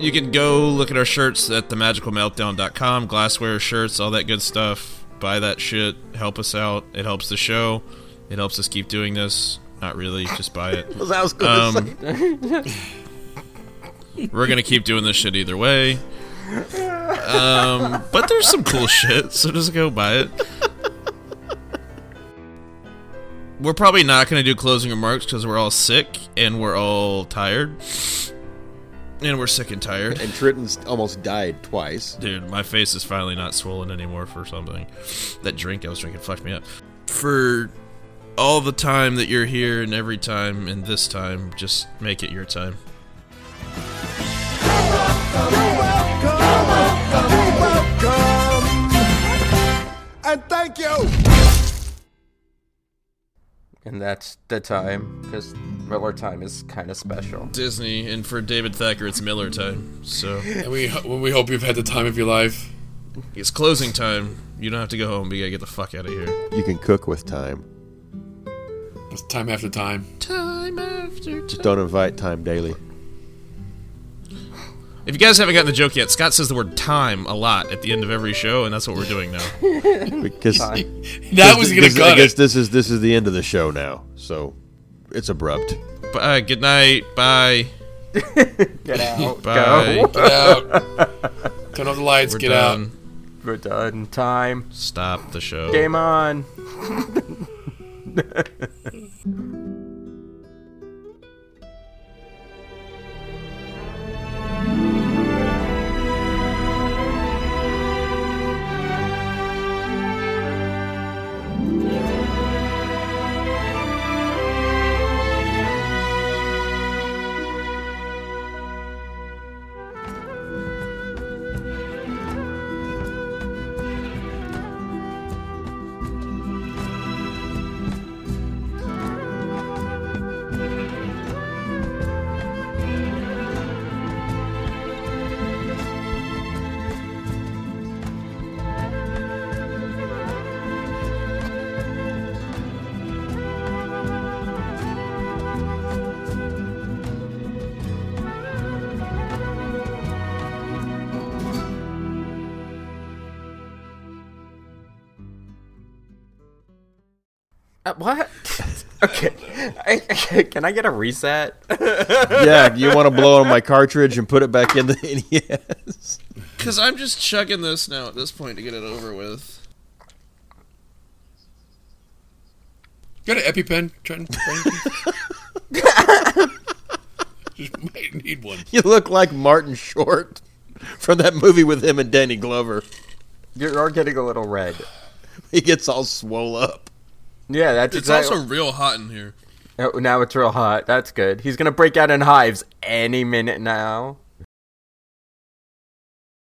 you can go look at our shirts at themagicalmeltdown.com, glassware, shirts, all that good stuff. Buy that shit. Help us out. It helps the show. It helps us keep doing this. Not really, just buy it.
I was going
Um, we're gonna keep doing this shit either way. Um, but there's some cool shit, so just go buy it. We're probably not gonna do closing remarks because we're all sick and we're all tired, and we're sick and tired.
And Triton's almost died twice.
Dude, my face is finally not swollen anymore for something. That drink I was drinking fucked me up. For all the time that you're here and every time and this time, just make it your time.
And thank you!
and that's the time, because Miller time is kind of special.
Disney, and for David Thacker, it's Miller time. So
and we ho- we hope you've had the time of your life.
it's closing time. You don't have to go home, but you gotta get the fuck out of here.
You can cook with time.
It's time after time.
Time after
Just don't invite time daily.
If you guys haven't gotten the joke yet, Scott says the word time a lot at the end of every show, and that's what we're doing now.
Because
That was gonna
because I
cut
guess
it.
this is this is the end of the show now. So it's abrupt.
Bye, good night, bye,
Get out.
bye.
Go.
Get out. Turn off the lights.
We're
get
done.
out.
We're done. Time.
Stop the show.
Game on. Uh, what? okay. I, can I get a reset?
yeah, you want to blow on my cartridge and put it back in the NES.
Because I'm just chugging this now at this point to get it over with.
You got an EpiPen, Trenton? Just might need one.
You look like Martin Short from that movie with him and Danny Glover.
You are getting a little red.
He gets all swole up.
Yeah, that's
It's
exactly.
also real hot in here.
Oh, now it's real hot. That's good. He's gonna break out in hives any minute now.